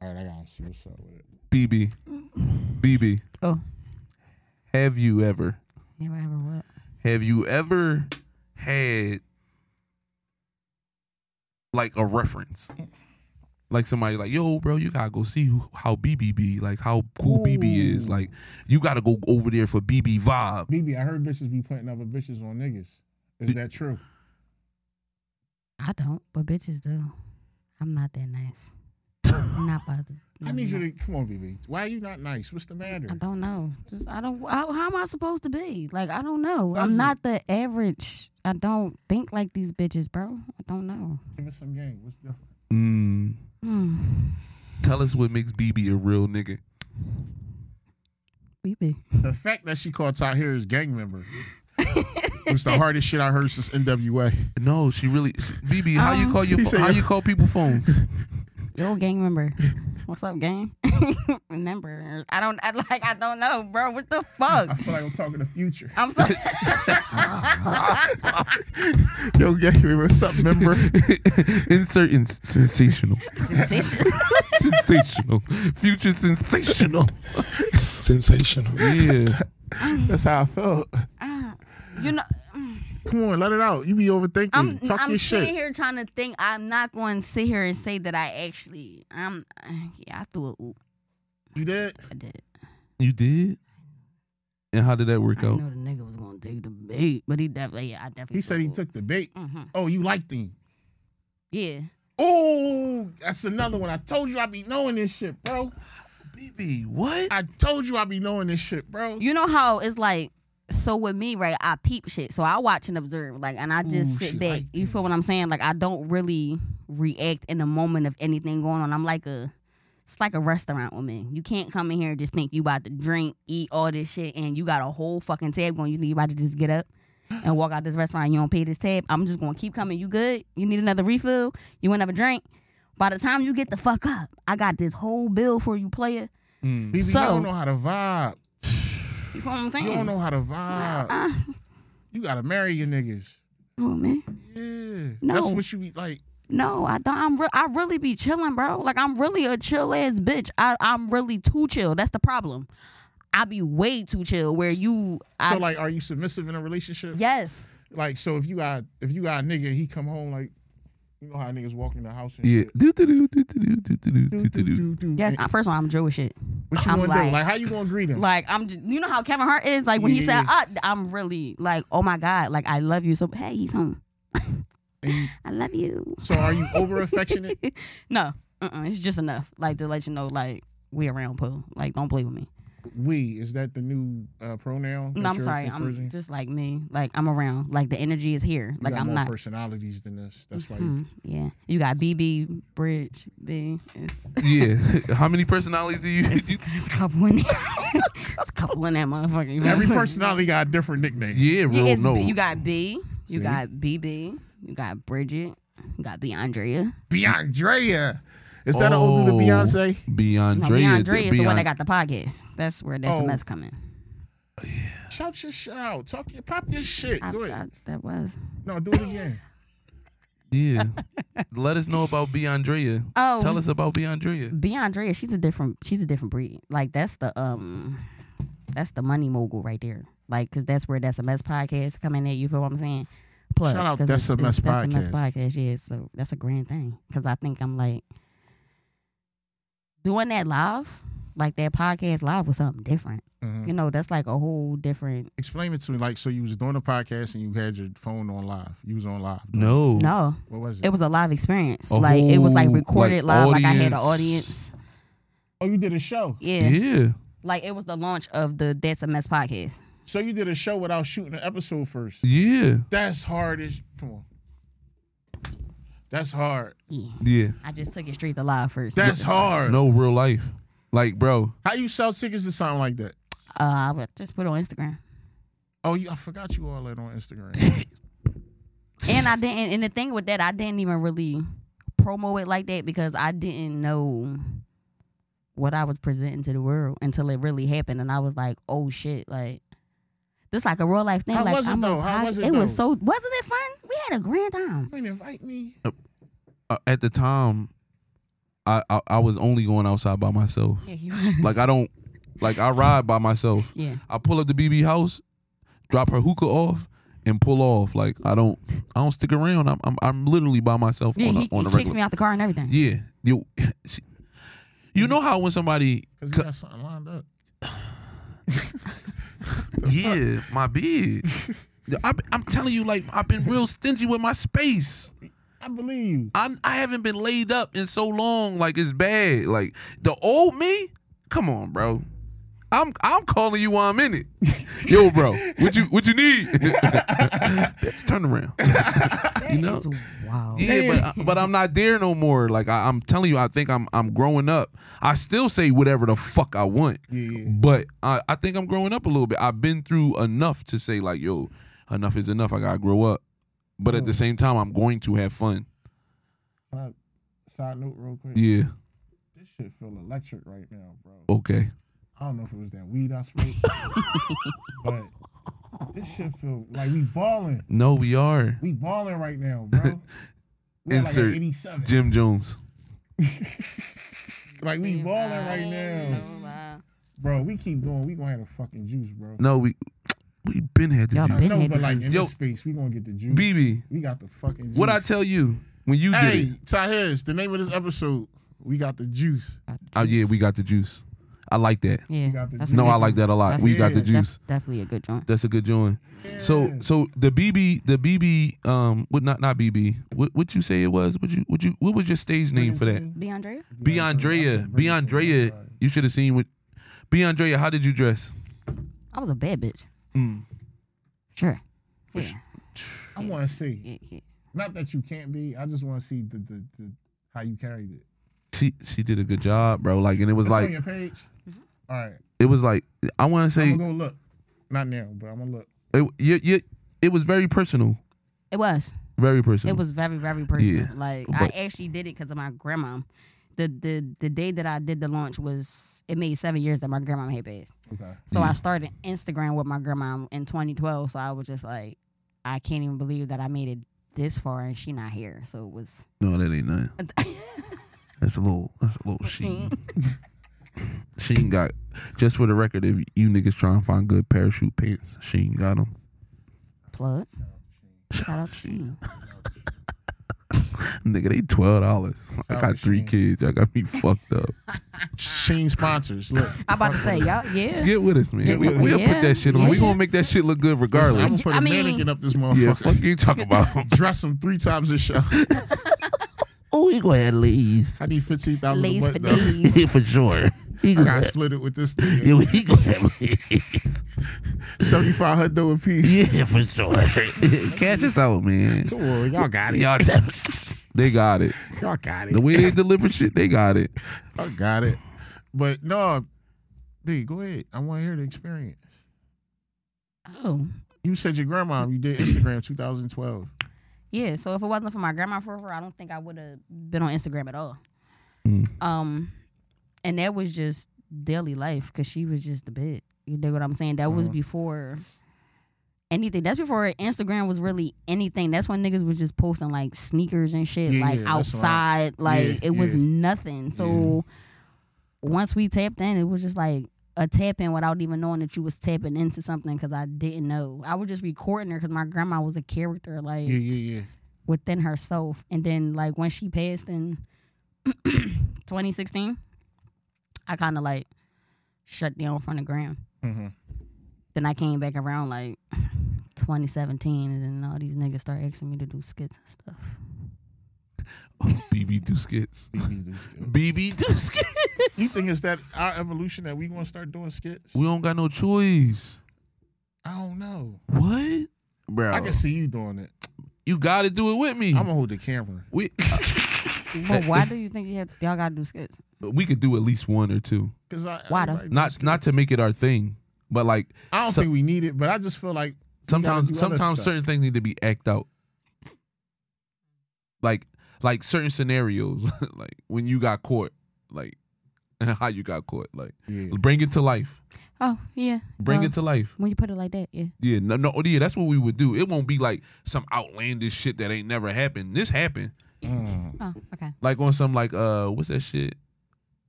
all right, I gotta see what's up with it.
BB, BB,
Oh.
have you ever?
Never ever what?
Have you ever had like a reference? Like somebody like, yo, bro, you gotta go see who, how BB be, like how cool BB is.
Ooh.
Like, you gotta go over there for BB vibe.
BB, I heard bitches be putting other bitches on niggas. Is that true?
I don't, but bitches do. I'm not that nice. I'm not about to.
I need you to come on, BB. Why are you not nice? What's the matter?
I don't know. Just I don't. How, how am I supposed to be? Like I don't know.
Doesn't-
I'm not the average. I don't think like these bitches, bro. I don't know.
Give us some game. What's different?
Mm.
Hmm.
Tell us what makes BB a real nigga.
Creepy.
The fact that she called Tahir his gang member was the hardest shit I heard since NWA.
No, she really BB, how you
Um,
call your
he
pho-
said-
how you call people phones?
Yo, gang member. What's up, gang? member. I don't. I, like I don't know, bro. What the fuck?
I feel like I'm talking the future.
I'm so.
Yo, gang member, what's up, member?
Insert in- sensational.
Sensation.
sensational. Future sensational.
Sensational.
Yeah.
That's how I felt.
Ah, you know. mm.
Come on, let it out. You be overthinking.
I'm
Talk
I'm
your
sitting
shit.
here trying to think. I'm not going to sit here and say that I actually. I'm. uh, Yeah, I threw a oop.
You did?
I did. it.
You did? And how did that
I
work
didn't
out?
know the nigga was going to take the bait, but he definitely. Yeah, I definitely.
He said he took the bait.
hmm
Oh, you liked him.
Yeah.
Oh, that's another one. I told you I be knowing this shit, bro.
BB, what?
I told you I be knowing this shit, bro.
You know how it's like. So with me, right, I peep shit. So I watch and observe, like, and I just
Ooh, she
sit back.
like
you feel what I'm saying? Like, I don't really react in the moment of anything going on. I'm like a, it's like a restaurant with me. You can't come in here and just think you about to drink, eat all this shit, and you got a whole fucking tab going. You think you about to just get up and walk out this restaurant? and You don't pay this tab. I'm just gonna keep coming. You good? You need another refill? You want another drink? By the time you get the fuck up, I got this whole bill for you, player.
BB, you
So-
don't know how to vibe.
You feel what I'm saying?
You don't know how to vibe.
Uh,
You gotta marry your niggas.
oh man.
Yeah.
No.
That's what you be like.
No, I don't. I'm re- I really be chilling, bro. Like I'm really a chill ass bitch. I I'm really too chill. That's the problem. I be way too chill. Where you, I,
So like, are you submissive in a relationship?
yes,
Like, so if you got if you got a nigga, and he come home like, you know how niggas walk in the house and
Yeah.
shit.
Do do do do do do do
Do,
do
do,
do do.
do, do.
yes.
And
First of all, I'm Jewish shit.
Mm. what you
I'm
gonna do?
like-
Like, how you gonna greet him?
Like I'm, j- you know how Kevin Hart is. Like when he
Yeah,
said, "Ah," I'm really like, oh my god, like I love you. So hey, he's home.
And you-
I love you.
so are you over affectionate?
No, uh-uh, it's just enough. Like to let you know, like we around Pooh. Like, don't play with me.
We is that the new uh, pronoun? that
No, I'm
you're
sorry.
preferring?
I'm just like me. Like I'm around. Like the energy is here.
You
Like
got
I'm
more
not.
personalities than this. That's why.
Mm, yeah, you got BB Bridge B. It's,
Yeah. How many personalities do you?
it's, it's a couple in there. it's a couple in that motherfucker. You know
You, every
what I'm saying?
personality got a different nickname.
yeah,
Yeah,
real
it's
no.
B- you got B. You
See?
got BB. You got Bridget. You got B Andrea.
Beyondrea. Is that an old dude to
Oh.
Beyonce?
Beyond
No,
Dre.
B Andrea is the one that got the podcast. That's where the
Oh.
SMS coming.
Shout your shit out. Talk your pop your shit.
I,
Go
I,
ahead.
that was.
No, do it again.
Yeah. Let us know about Beyondrea.
Oh.
Tell us about Beyondrea.
B Andrea, she's a different. She's a different breed. Like that's the um, that's the money mogul right there. Like, cause that's where that's a mess podcast come in at. You feel what I'm saying? Plug.
Shout out
'cause
That's
it's-
a
it's-
Mess
That's a mess
Podcast.
podcast. Yeah, so that's a grand thing. Cause I think I'm like doing that live, like that podcast live was something different.
Mhm.
You know, that's like a whole different.
Explain it to me. Like, so you was doing a podcast and you had your phone on live. You was on live.
No.
No,
What was it?
it was a live experience.
A
like it was like
whole,
recorded
like,
live. Like I had an
audience.
audience.
oh, you did a show.
Yeah.
Yeah.
like it was the launch of the That's a Mess podcast.
So you did a show without shooting an episode first.
Yeah.
That's hard as come on. That's hard.
Yeah.
Yeah.
I just took it straight to live first.
That's hard.
No real life. Like, bro.
How you sell tickets to something like that?
Uh, I would just put it on Instagram.
Oh, you, I forgot you all that on Instagram.
And I didn't. And the thing with that, I didn't even really promo it like that because I didn't know what I was presenting to the world until it really happened, and I was like, "Oh shit!" Like this, like a real life thing.
How
like
was it
I'm a
though? How
pod-
was it
It was
though?
so. Wasn't it fun? We had a grand time.
you ain't invite me.
Uh, at the time, I, I I was only going outside by myself.
Yeah, you was.
Like I don't. Like I ride by myself.
yeah.
I pull up to BB house, drop her hookah off, and pull off. Like I don't, I don't stick around. I'm, I'm, I'm literally by myself
Yeah,
on a,
he,
on
he
a
kicks
regular.
me out the car and everything.
Yeah, you, she- you know how when somebody,
Because you got something lined up.
yeah, my bed. I, I'm telling you, like I've been real stingy with my space.
I believe you.
I I haven't been laid up in so long. Like it's bad. Like the old me. Come on, bro. I'm I'm calling you while I'm in it. Yo, bro, what you what you need? Bitch, Turn around. you know?
wow.
Yeah, but but I'm not there no more. Like I, I'm telling you, I think I'm I'm growing up. I still say whatever the fuck I want,
Yeah, yeah.
but I, I think I'm growing up a little bit. I've been through enough to say like, yo, enough is enough. I gotta grow up. But at the same time, I'm going to have fun.
Uh, side note, real quick.
Yeah. Oh.
This shit feel electric right now, bro.
Okay.
I don't know if it was that weed I smoked, but this shit feel like we balling.
No, we are
We balling right now, bro. We at like
Insert
an 87.
Jim Jones.
Like we balling right now, bro. We keep going. We gonna have a fucking juice, bro.
No, we we been had the
Y'all
juice.
been-
No, but like in
Yo,
this space, we gonna get the juice.
BB,
we got the fucking juice.
what I tell you when you did?
hey,
it?
Tahez, the name of this episode. We got the juice.
Oh yeah, we got the juice. I like that.
Yeah.
got the
that's a
No,
good
I like
joint.
that a lot.
That's-
We got the
Yeah.
juice.
Def- definitely a good joint.
That's a good join. So
Yeah.
so the BB the BB um what not not BB what what you say it was what you what you what was your stage name for that
B Andrea.
B Andrea B Andrea you should have seen what B Andrea how did you dress
I was a bad bitch.
Mm.
Sure. Yeah.
I want to see.
yeah, yeah.
Not that you can't be. I just want to see the, the, the how you carried it.
she she did a good job bro like and it was
It's on
like
your page.
Mm-hmm.
All right,
it was like I want to
I'm
say
gonna go look. Not now, but I'm gonna look.
it, you, you, it was very personal
It was.
very personal
It was very, very personal.
Yeah,
Like
but-
I actually did it because of my grandma. The the the day that I did the launch was it made seven years that my grandma had passed.
Okay.
So I started Instagram with my grandma in 2012. So I was just like, I can't even believe that I made it this far and she not here. So it was.
no that ain't nothing that's a little that's a little she she ain't got just for the record if you niggas trying to find good parachute pants she ain't got them.
Plug. Shout out to you.
Nigga, they twelve dollars. I
Shower
got three
machine.
kids. I got me fucked up.
Sheen sponsors. Look,
I'm about to say, y'all, yeah.
Get with us, man.
Get
We,
with us.
we'll put
Yeah.
that shit on. we
Yeah.
gonna make that shit look good regardless.
I'm gonna put
I
a
mean-
mannequin up this
yeah,
motherfucker.
fuck you talking about.
Dress him three times this show.
oh, we gonna have ladies
I need fifteen thousand.
Lays for
butt, though.
days.
for sure.
I
He go-
gotta split it with this
Yeah,
thing.
we he gonna have-
Seventy five hundred a piece.
yeah, for sure. Cash us out, man.
Come on, y'all got it.
Y'all,
They got it.
Y'all got it.
The way they deliver shit, they got it.
I got it. But no, B, go ahead. I want to hear the experience.
Oh.
You said your grandma, you did Instagram 2012.
Yeah, so if it wasn't for my grandma forever, I don't think I would have been on Instagram at all.
Mm.
Um, and that was just daily life because she was just the bit. You know what I'm saying? That was
Mhm.
before anything. That's before Instagram was really anything. That's when niggas was just posting like sneakers and shit,
Yeah,
like
yeah, that's what I-
outside. Like
yeah,
it was
yeah.
nothing. So once we tapped in, it was just like a tap in without even knowing that you was tapping into something because I didn't know. I was just recording her because my grandma was a character. Like
Yeah, yeah, yeah.
within herself. And then like when she passed in 2016, I kind of like shut down from the gram.
Mhm.
Then I came back around like 2017, and then all these niggas start asking me to do skits and stuff.
BB do skits. BB do skits.
You think it's that our evolution that we going to start doing skits?
We don't got no choice.
I don't know.
What, bro?
I can see you doing it.
you got to do it with me.
I'm going to hold the camera.
we
But why do you think you have, y'all gotta do skits?
we could do at least one or two.
Cause I,
Why though?
everybody doing
Not
skits.
not to make it our thing, but like
I don't
so-
think we need it, but I just feel like we gotta do
sometimes
other
sometimes
stuff.
certain things need to be act out like like certain scenarios like when you got caught like how you got caught like
Yeah.
bring it to life
Oh yeah,
bring
Well,
it to life
when you put it like that, yeah.
yeah no no yeah that's what we would do it won't be like some outlandish shit that ain't never happened this happened
Mm.
Oh okay.
like on some like uh what's that shit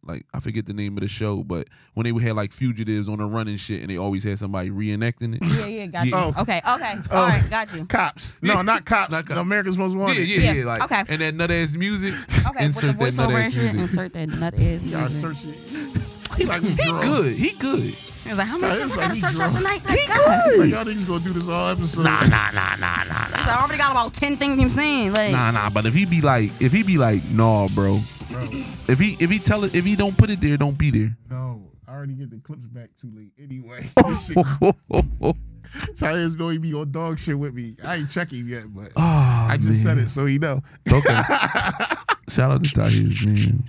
like I forget the name of the show, but when they had like fugitives on the run and shit, and they always had somebody reenacting it.
Yeah yeah, got you.
Yeah.
Oh.
Okay okay,
Oh.
all right, got you.
Cops.
Yeah.
No, not cops.
Not cops.
America's Most
Yeah,
Wanted.
yeah, yeah.
Yeah,
Like,
okay.
and that nut ass music.
Okay,
insert
with the
that
voiceover
nut
and
ass
shit,
music.
insert that nut ass
Y'all
music.
search it. He like we
Mm-hmm. He
drunk.
good. He good.
It was like, how
Sorry,
much shit
it's
I
like
gotta
he
search up
drunk.
tonight? Like, God.
Like, y'all niggas gonna do this all episode.
Nah, nah, nah, nah, nah, nah.
So I already got about ten things I'm saying. Like,
Nah, nah. But if he be like, if he be like, nah, bro.
Bro.
If he if he tell it, if he don't put it there, don't be there.
No, I already get the clips back too late. Anyway, this shit, Tyler's know he be on dog shit with me. I ain't check him yet, but
Oh,
I just said it so he know.
Okay. Shout out to Tahir, man.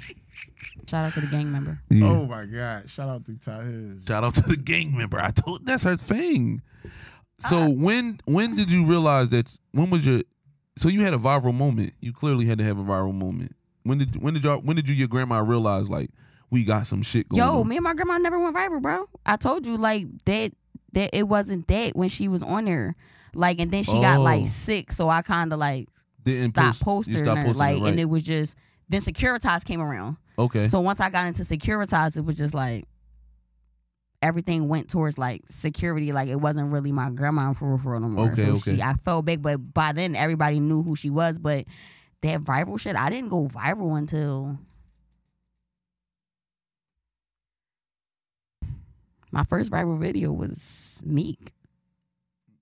shout out to the gang member.
Yeah.
Oh my god! Shout out to Tyler's.
Shout out to the gang member. I told that's her thing. So
Uh,
when when did you realize that? When was your? So you had a viral moment. You clearly had to have a viral moment. When did when did y'all when did you your grandma realize like we got some shit going?
Yo,
on?
me and my grandma never went viral, bro. I told you like that that it wasn't that when she was on there. Like and then she got
Oh.
like sick, so I kinda like
Didn't
stopped
post- you
posting
stopped
her.
posting
Like
it, right.
and it was just then Securitize came around.
okay.
So once I got into Securitize, it was just like everything went towards like security. Like it wasn't really my grandma for real, for real no more.
Okay,
so
okay.
she I felt big, but by then everybody knew who she was. But that viral shit, I didn't go viral until my first viral video was Meek.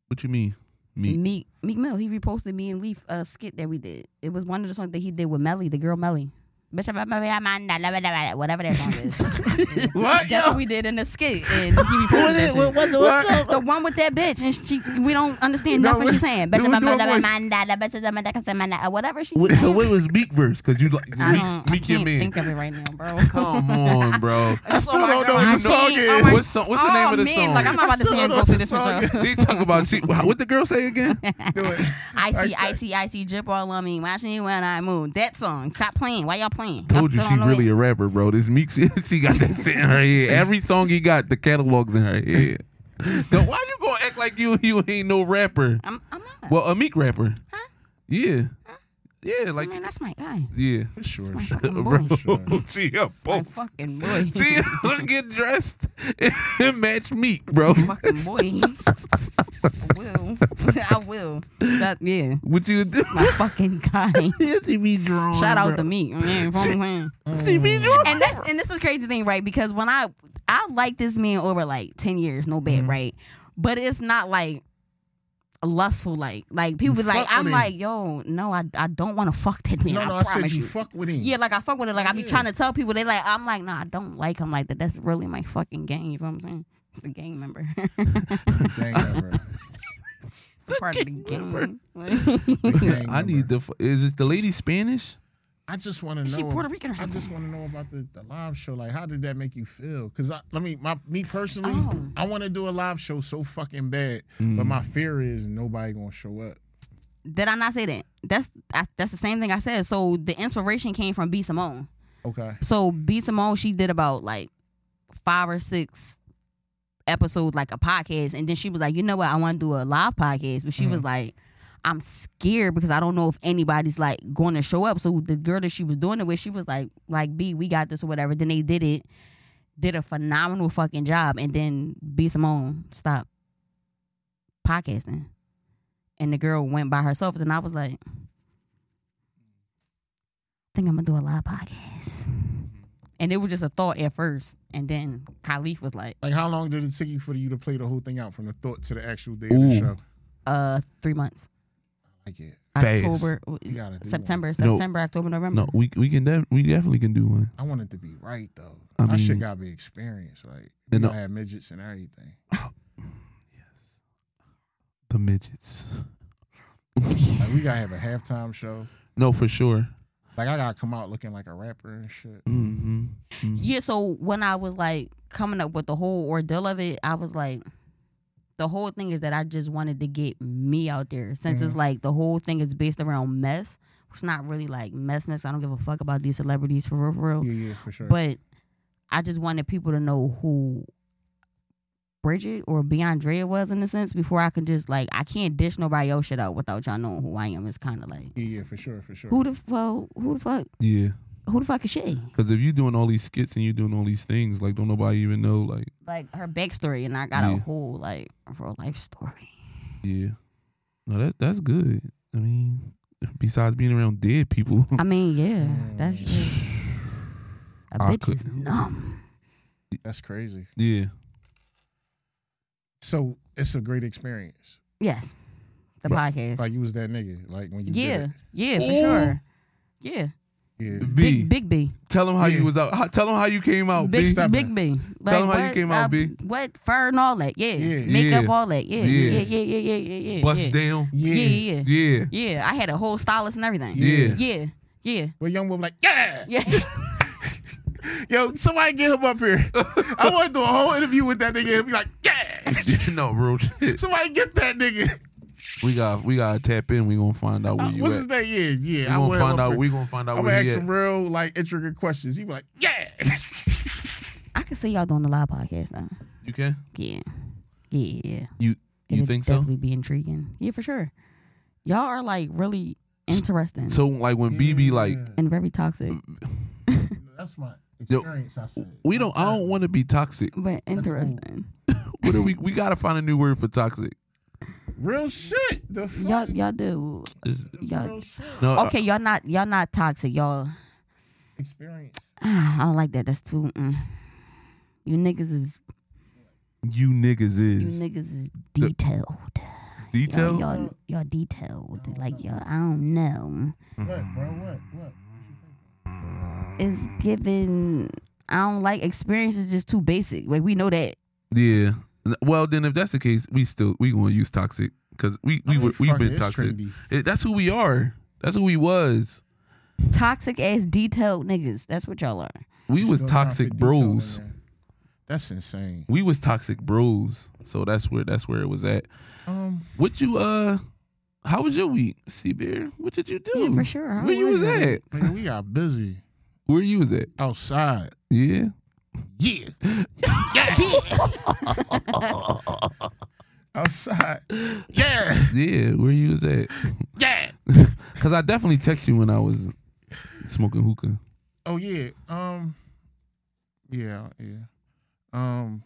What you mean? Me?
Meek Meek Mill. He reposted me and Leaf a skit that we did. It was one of the songs that he did with Melly, the girl Melly. Bitch, I'm a baby, I'm a nda, blah, blah, blah, blah, whatever that song is.
What?
That's
Yo,
what we did in the skit, and he reported that shit. The one with that bitch, and she, we don't understand
No,
nothing
we-
she's saying.
do-
Bitch,
do
I'm a
a
blah, blah,
voice.
blah, nda, blah, blah, blah, blah, blah, blah, whatever she.
Wait, so
saying.
what was Meek verse? Because you like
I
Meek,
don't. I
Meek your
can't
man.
think of it right now, bro.
Come on, bro.
I still don't know what the song
Oh
is.
my-
What song- what's the name
oh,
of the
man,
song?
Like I'm
I
about to
still
see
don't
her go
know
through
what
this
the song
with
is.
y'all.
They talk about she, what the girl say again?
Do it.
I see,
I
I see, I see, drip all on me. Watch me when I move. That song. Stop playing. Why y'all playing? Y'all
Told you
still
she
don't know
really
it.
a rapper, bro. This Meek, she, she got that shit in her head. Every song he got, the catalog's in her head. Now, why you gonna act like you you ain't no rapper?
I'm, I'm not.
Well, a Meek rapper.
Huh?
Yeah, yeah,
I
like
mean, that's my guy.
yeah,
Sure,
My
sure.
fucking
bro.
boy.
She a
My
boss.
fucking boy.
See, look, get dressed and match meat, bro.
fucking boy. I will. I will. That, yeah.
What you do?
My fucking guy.
Yes, he be drawn.
Shout out
Oh, bro.
to me. Yeah, you feel what I'm saying?
He be drawn.
and that's and this is the crazy thing, right? Because when I
Mm-hmm.
I like this man over like ten years, no bad, right? But it's not like lustful like. Like people be like,
fuck
I'm
with him.
like, yo, no, I, I don't want to fuck that man.
no, no, I,
I,
said
promise
you
you.
fuck with him.
Yeah, like I fuck with it. Like I be
Yeah.
trying to tell people, they like, I'm like, nah, I don't like him like that. That's really my fucking gang. You know what I'm saying? It's the gang member. it's
Gang member.
a part of the gang.
Gang
I need
member.
the. f- Is it the lady Spanish?
I just want to know.
she Puerto Rican or
I just
something?
want to know about the, the live show. Like, how did that make you feel? Because I, I mean, my me personally,
Oh.
I want to do a live show so fucking bad,
Mm.
but my fear is nobody gonna show up.
Did I not say that? That's I, that's the same thing I said. So the inspiration came from B Simone.
Okay.
So B Simone, she did about like five or six episodes, like a podcast, and then she was like, you know what, I want to do a live podcast, but she was like, I'm scared because I don't know if anybody's like going to show up. So the girl that she was doing it with, she was like, like B, we got this or whatever. Then they did it, did a phenomenal fucking job, and then B Simone stopped podcasting, and the girl went by herself. And I was like. I think I'm gonna do a live podcast. And it was just a thought at first, and then Khalif was like,
Like, how long did it take you for you to play the whole thing out from the thought to the actual day of the
Ooh.
show?
"Uh, three months,
I get. it.
Fast.
October,
You gotta do
September,
No.
September, October, November."
No, we we can def- we definitely can do one.
One. I want it to be right though.
I
I should
mean-
gotta be experienced. Like, you
And
know,
I-
have midgets and everything.
The midgets.
Like, we gotta have a halftime show.
No, for sure.
Like, I gotta come out looking like a rapper and shit.
Mm-hmm.
Yeah, so when I was like coming up with the whole ordeal of it, I was like, the whole thing is that I just wanted to get me out there. Since it's like the whole thing is based around mess, it's not really like mess mess. I don't give a fuck about these celebrities for real, for real.
Yeah, yeah,
Hmm.
for sure.
But I just wanted people to know who Bridget or Beyondrea was in a sense before I can just like I can't dish nobody else shit out without y'all knowing who I am. It's kind of like
yeah, yeah, for sure, for sure.
who the f- well who the fuck
Yeah,
who the fuck is she?
because if you're doing all these skits and you're doing all these things, like don't nobody even know. Like,
Like her backstory, and I got a
Yeah.
whole like real life story.
yeah, no, that that's good. I mean, besides being around dead people,
I mean, yeah, that's just a
Mm. I
bitch
could-
is numb.
That's crazy.
yeah,
So it's a great experience.
Yes, the podcast.
Like you was that nigga. Like when you
yeah,
did
yeah, for
Ooh.
sure. Yeah,
it.
B,
big big B.
tell them how
Yeah.
you was out. how- tell them how you came out.
Big,
B.
Stepper.
Big B.
Oh,
uh,
Tell 'em how you came out, B.
What fur and all that? Yeah,
Yeah.
makeup,
Yeah.
all that. Yeah, yeah,
Yeah.
yeah, yeah, yeah, yeah. yeah
Bust
yeah.
down.
Yeah.
Yeah, yeah, yeah,
Yeah,
I had a whole stylist and everything.
Yeah.
yeah, yeah,
Well, young woman like, yeah.
yeah.
Yo, somebody get him up here. I want to do a whole interview with that nigga and be like, yeah.
no, real shit.
Somebody get that nigga.
We got we gotta tap in. We gonna find out where
Uh,
you
what's
at.
his name? Yeah, yeah.
We gonna find out.
We
We gonna find
I'm
out
gonna
where
ask
he
some
at.
real like intricate questions. He be like, yeah.
I can see y'all doing a live podcast now.
You can.
Yeah, yeah, yeah.
You you
It'd
think so?
definitely be intriguing. Yeah, for sure. Y'all are like really interesting
So like when BB like
and very toxic,
that's my
Yo,
experience. I said
we don't I don't want to be toxic.
but interesting.
What are we we gotta find a new word for toxic.
real shit. The fuck?
Y'all, y'all do.
It's-
Y'all.
no, uh, I-
Okay, y'all not y'all not toxic. Y'all,
experience.
I don't like that. That's too. Mm. You niggas is
you niggas
You
is
niggas is
The-
detailed.
details.
Y'all, y'all, y'all detailed. Like y'all, I don't know.
What, bro? What? What?
It's given. I don't like experience is just too basic. Like we know that.
Yeah. N- Well then, if that's the case, we still we gonna use toxic because we we
I mean,
were we've
fuck it,
been
it's
toxic.
trendy.
It- that's who we are. That's who we was.
Toxic ass detailed niggas. That's what y'all are.
We
You
was
still trying to
toxic
fit detail in
bros.
there. That's insane.
We was toxic bros. So that's where that's where it was at.
Um,
What you uh? How was your week, C Bear? What did you do?
Yeah, for sure. How
Where you
was
was
your
at?
nigga, we got busy
Where you was at?
outside.
Yeah.
Yeah, outside. Yeah,
Yeah, where you was at?
yeah.
Cause I definitely text you when I was smoking hookah.
Oh yeah. Um, yeah, yeah. Um,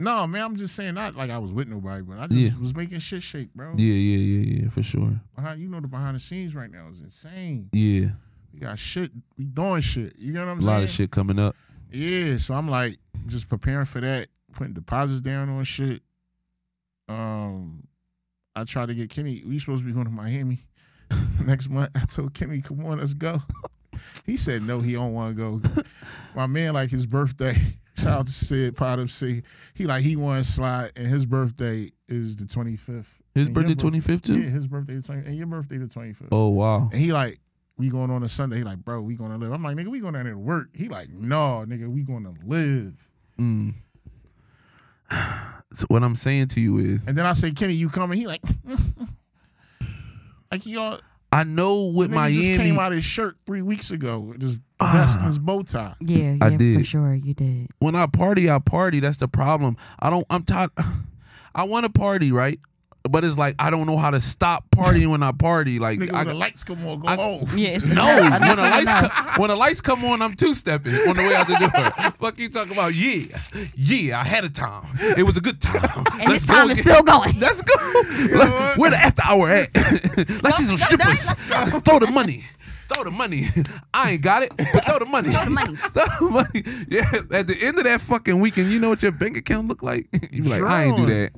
no, man. I'm just saying, not like I was with nobody, but I just
Yeah.
was making shit shake, bro.
Yeah, yeah, yeah, yeah, for sure.
Behind, you know, the behind the scenes right now is insane.
Yeah,
We got shit. We doing shit. You know what I'm
a
saying?
lot of shit coming up.
Yeah, so I'm like just preparing for that, putting deposits down on shit. Um, I tried to get Kenny. We supposed to be going to Miami next month. I told Kenny, come on, let's go. He said no, he don't want to go. My man, like his birthday. Shout out to Sid Pot of C. He like he won slide, and his birthday is the twenty fifth.
His birthday twenty fifth too.
Yeah, his birthday the twenty, and your birthday the twenty fifth.
Oh wow.
And he like, we going on a Sunday. He like, bro, we going to live. I'm like, nigga, we going down there to work. He like, no, nigga, we going to live.
Mm. So what I'm saying to you is,
And then I say, Kenny, you coming? He like, like he all
I know with
nigga
Miami, Ah.
just came out his shirt three weeks ago with his vest and his bow tie.
Yeah,
I
yeah, for
did.
sure. You did.
when I party, I party. That's the problem. I don't. I'm tired. I want to party, right? But it's like I don't know how to stop partying when I party. Like
Nigga,
I,
when the lights come on, go
I-
home.
Yeah, it's
no, when the lights co- when the lights come on, I'm two stepping on the way out the door. Fuck you talking about? Yeah, yeah. I had a time. It was a good time.
and this time is still going.
Let's go. Let- Where the after hour at? Let's see some strippers. Throw the money. Throw the money. I ain't got it, but throw the money. Throw
the money.
throw the money. Yeah. At the end of that fucking weekend, you know what your bank account look like? You be like, I ain't do
Drooling.
that.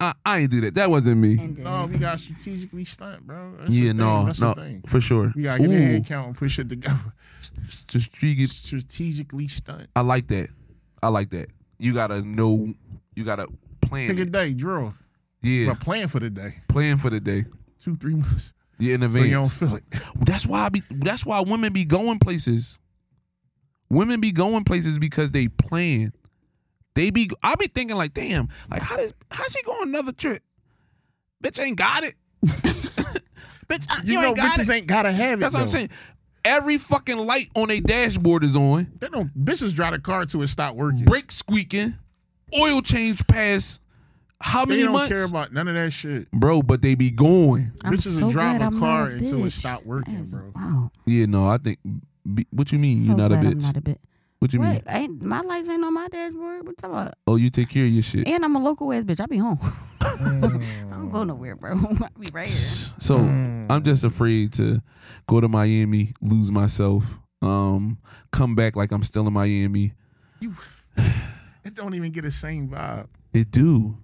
I, I ain't do that. That wasn't me.
And then-
No, we got strategically stunt, bro. That's the
Yeah,
thing.
no,
That's the
no,
thing.
for sure.
We gotta get a
Ooh,
head count and push it together.
strategic-
Strategically stunt.
I like that. I like that. You gotta know. You gotta plan.
Pick a
it.
day, draw.
Yeah,
But plan for the day.
plan for the day.
Two, three months.
Yeah, in
So you don't
advance.
feel it.
That's why I be. That's why women be going places. Women be going places because they plan. They be. I be thinking like, damn, like how does how she go on another trip? Bitch ain't got it. Bitch, I, you,
You, know,
ain't got
bitches
it.
ain't gotta have it.
that's what I'm
though.
saying. Every fucking light on a dashboard is on.
They don't bitches drive the car till it stop working.
Brake squeaking. Oil change pass. How
They
many
don't
months,
care about none of that shit.
bro? But they be going.
I'm
bitches
so
will drive
glad
a
I'm
car
not a
until it
bitch.
stop working,
Yes,
bro.
Wow.
Yeah, no, I think. Be, what you mean?
So
you not a
glad I'm
bitch?
not a bitch.
what you mean?
What? Ain't my lights ain't on my dashboard. What you talking about?
Oh, you take care of your shit.
And I'm a local ass bitch. I be home. I don't go nowhere, bro. I be right here.
So
Mm.
I'm just afraid to go to Miami, lose myself, um, come back like I'm still in Miami.
It don't even get the same vibe.
It do,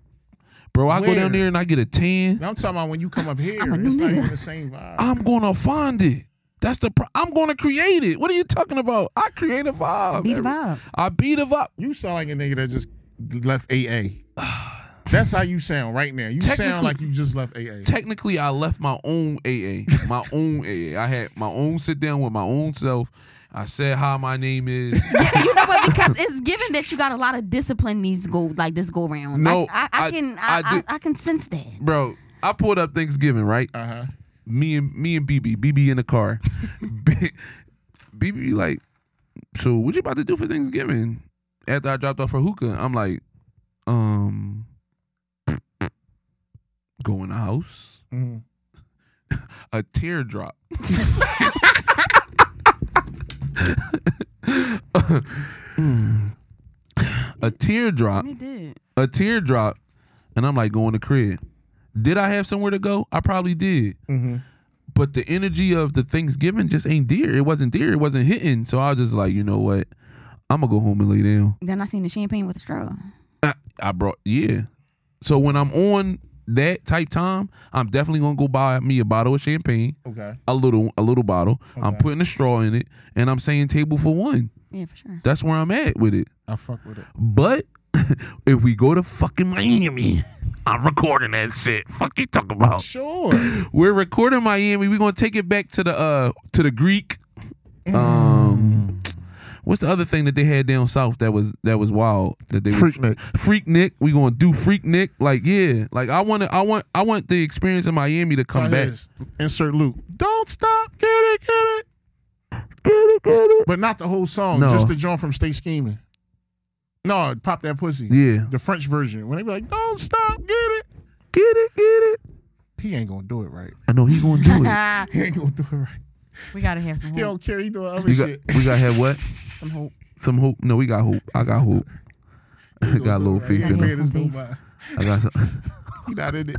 bro. I go
Where?
down there and I get a tan.
Now I'm talking about when you come up here,
I'm a new
it's not
nigga.
even the same vibe.
I'm gonna find it. That's the. Pro- I'm gonna create it. What are you talking about? I create a vibe.
Be the vibe.
I beat a vibe.
you sound like a nigga that just left AA. That's how you sound right now. You sound
Technically-
like you just left AA.
Technically, I left my own AA. My own AA. I had my own sit down with my own self. I said hi. My name is.
Yeah, you know what? Because it's given that you got a lot of discipline needs go like this go round.
No,
I, I, I,
I-
can
I
I, I,
do-
I can sense that.
bro. I pulled up Thanksgiving, right?
Uh huh.
me and me and BB, BB in the car. B- BB like, so what you about to do for Thanksgiving? After I dropped off her hookah, I'm like, um, go in the house.
Mm-hmm.
A teardrop. Mm. A teardrop
He did.
a teardrop, and I'm like going to crib. Did I have somewhere to go? I probably did.
Mm-hmm.
But the energy of the Thanksgiving just ain't there. It wasn't there. It wasn't hitting. So I was just like, you know what? I'm gonna go home and lay down.
Then I seen the champagne with the straw.
I, I brought yeah. So when I'm on that type time, I'm definitely gonna go buy me a bottle of champagne,
Okay.
a little a little bottle. I'm
Okay.
putting a straw in it, and I'm saying table for one.
Yeah, for sure.
That's where I'm at with it.
I fuck with it.
But if we go to fucking Miami, I'm recording that shit. Fuck you talking about.
Sure.
We're recording Miami. We're gonna take it back to the uh to the Greek.
Mm.
Um what's the other thing that they had down south that was that was wild that they were
Freaknik.
Freak Nick, we gonna do Freak Nick. Like, yeah. Like I wanna I want I want the experience in Miami to come
Tell
back.
his. Insert loop. Don't stop. Get it. Get it.
Get it, get it.
But not the whole song.
No.
Just the joint from Stay Scheming. No, pop that pussy.
Yeah.
The French version. When they be like, "Don't stop. Get it."
Get it, get it.
He ain't gonna do it right.
I know he gonna do it.
Ah,
He ain't gonna do it right.
we gotta have some
He don't care. He doing other
We got
shit.
we gotta have what?
Some hope.
Some hope. No, we got hope. I got hope. I got a little faith in
He
him.
ain't
Some
mad as
beef.
nobody.
I got some
He not in it.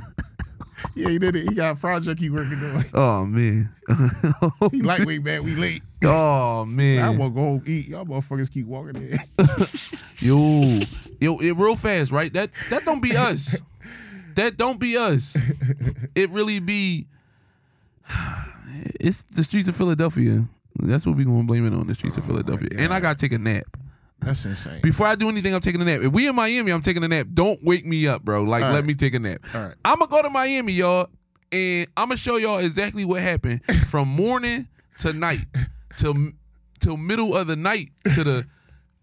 yeah, he did it. He got a project he working on.
Oh man.
He lightweight, man. We late.
oh
I
man.
want to go home eat. Y'all motherfuckers keep walking in.
Yo. Yo, it real fast, right? That that don't be us. that don't be us. It really be. It's the streets of Philadelphia. That's what we gonna blame it on the
Oh,
streets of Philadelphia. And I gotta take a nap
That's insane.
before I do anything. I'm taking a nap. If we in Miami, I'm taking a nap. Don't wake me up, bro. Like
All
let
right.
me take a nap.
All right.
I'm gonna go to Miami, y'all, and I'm gonna show y'all exactly what happened from morning to night till till middle of the night to the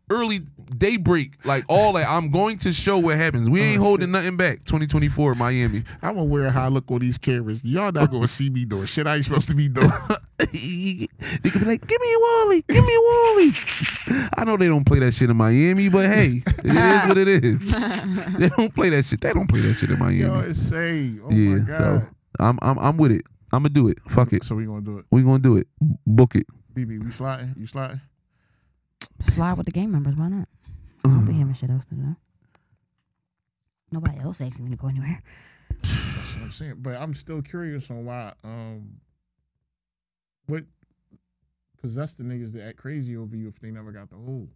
early daybreak. Like all that, I'm going to show what happens. We ain't holding nothing back. 2024 Miami.
I'm aware how I look on these cameras. Y'all not gonna see me doing shit I ain't supposed to be doing.
they could be like, "Give me a Wally, give me a Wally." I know they don't play that shit in Miami, but hey, it is what it is. they don't play that shit. They don't play that shit in Miami.
Yo, it's insane. Oh my
yeah,
god.
so I'm I'm I'm with it. I'm gonna do it. Fuck it.
So we gonna do it.
We gonna do it. Book it.
BB, we sliding? You sliding?
Slide with the gang members. Why not? I
Mm-hmm.
don't be having shit else to do. Nobody else asking me to go anywhere.
That's what I'm saying. But I'm still curious on why um what possessed the niggas that act crazy over you if they never got the hold.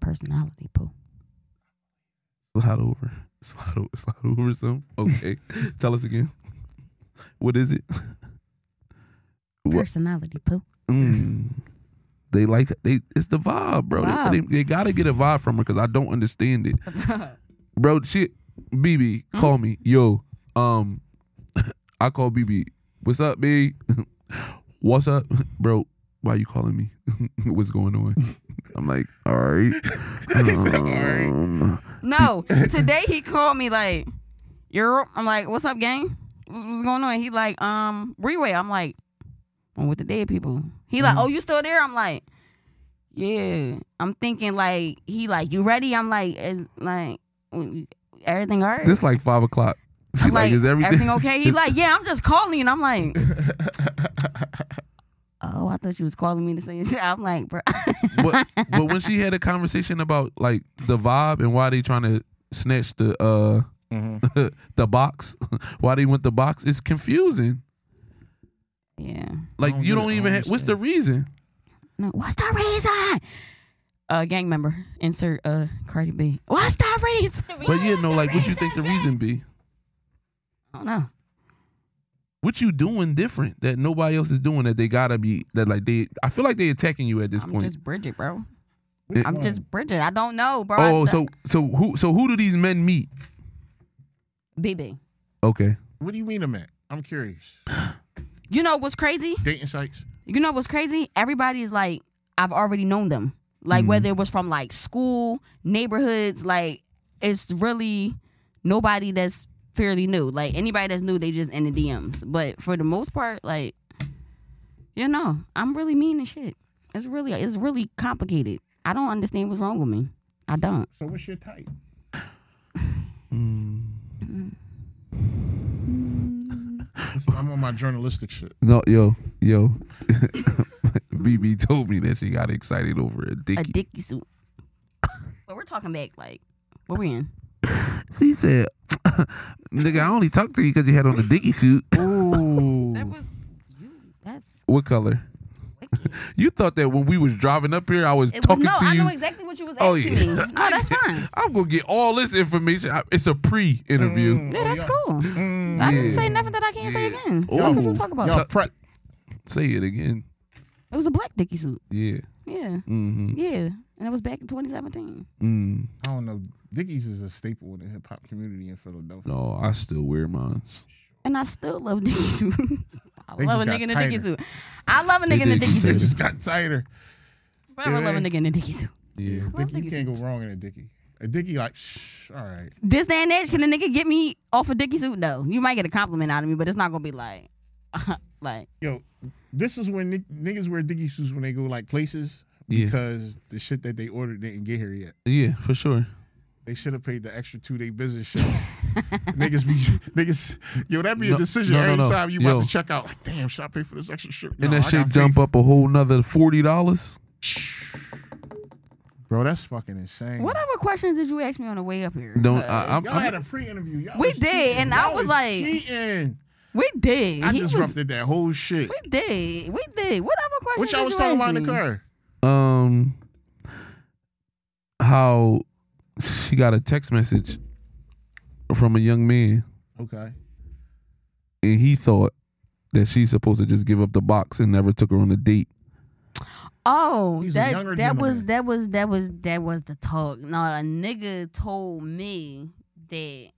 Personality poo.
Slide over. Slide over. Slide over. Some. Okay. Tell us again. What is it? What?
Personality poo.
Mm. They like they. It's the vibe, bro. They- They,
Vibe.
they gotta get a vibe from her because I don't understand it, bro. Shit, BB,
Hmm?
call me, yo. Um, I call BB. What's up, B? What's up, bro? Why you calling me? What's going on? I'm like, all right. Um,
No, today he called me like, "You're." up?" I'm like, "What's up, gang? What's, what's going on?" He like, "Um, Reway." I'm like, "I'm with the dead people." He
Mm-hmm.
like, "Oh, you still there?" I'm like, "Yeah." I'm thinking like he like, "You ready?" I'm like, "Is- "Like mm, everything alright?"
This like five o'clock. She
I'm
like, is everything,
okay? He like, "Yeah." I'm just calling, and I'm like. Oh, I thought you was calling me to say. I'm like, bro.
but, but when she had a conversation about like the vibe and why they trying to snatch the uh
Mm-hmm.
the box, why they want the box, it's confusing.
yeah.
Like
don't
you
get
don't
it. I
even.
don't
have what's the reason?
No, what's the reason? Uh, gang member. Insert uh Cardi B. What's the reason?
But yeah, no. Like, what you think the reason be?
I don't know.
What you doing different that nobody else is doing that they gotta be that like they? I feel like they attacking you at this
I'm
point.
just Bridget, bro.
It-
I'm just Bridget. I don't know, bro.
oh,
I-
so so who so who do these men meet?
BB.
Okay,
What do you mean a man? I'm curious.
You know what's crazy?
Dating sites.
You know what's crazy? Everybody's like, I've already known them. Like whether it was from like school, neighborhoods, like it's really nobody that's fairly new. Like anybody that's new, they just in the DMs. But for the most part, like you know, I'm really mean and shit. It's really it's really complicated. I don't understand what's wrong with me. I don't.
So what's your type?
Mm.
That's- I'm on my journalistic shit.
no, yo, yo. BB told me that she got excited over a dicky.
A dicky suit. but we're talking back like what we in?
He said, "Nigga, I only talked to you because you had on the dicky suit.
Ooh.
That's
what color? you thought that when we was driving up here, I was
it was,
talking
no,
to
I
you.
know exactly what you was asking
Oh, yeah.
me. No, that's fine.
I'm gonna get all this information. I- It's a pre-interview.
Yeah, that's cool.
Mm.
I didn't say nothing that I can't say
Yeah.
again.
Oh.
Ooh.
What did you talk about?
Y'all-
Yo, prep.
Say it again.
It was a black dicky suit.
Yeah.
Yeah,
Mm-hmm.
yeah, and it was back in 2017.
Mm.
I don't know. Dickies is a staple in the hip hop community in Philadelphia.
No, I still wear mines.
And I still love dicky suits. I
They
love
just
a
got
nigga in a dicky
tighter.
suit. I love a nigga in a
did
dicky
It
get
suit.
tighter.
just got tighter.
Forever
Yeah.
love a nigga in a dicky suit.
Yeah.
Love
Dick, you
dickie
can't go wrong in a dickie. A dickie, like, shh, all right.
This day and age, can a nigga get me off a dicky suit? No, you might get a compliment out of me, but it's not gonna be like, like
Yo, this is when ni- niggas wear dickie suits when they go like places
Yeah.
because the shit that they ordered didn't get here yet.
Yeah, for sure.
They should have paid the extra two day business shit. niggas be niggas. Yo, that be
No-
a decision
no, no,
every
no.
time you about
Yo.
to check out. Like, damn, should I pay for this extra shirt? No,
and that
I
shit
got
jump
faith.
up a whole nother forty dollars.
bro. That's fucking insane.
what other questions did you ask me on the way up here?
Don't
Cause
I, I'm,
Y'all had
I'm,
a pre-interview. Y'all
We
was
did,
cheating.
and I
Y'all
was like-
cheating.
we did.
I
he was,
disrupted that whole shit.
we did. We did. What other questions?
What y'all
did
was
you
talking
ask
about in the
me?
car?
um how she got a text message from a young man,
Okay.
and he thought that she's supposed to just give up the box and never took her on a date.
Oh,
He's a
that
younger
that was
gentleman.
that was that was that was the talk. No, a nigga told me that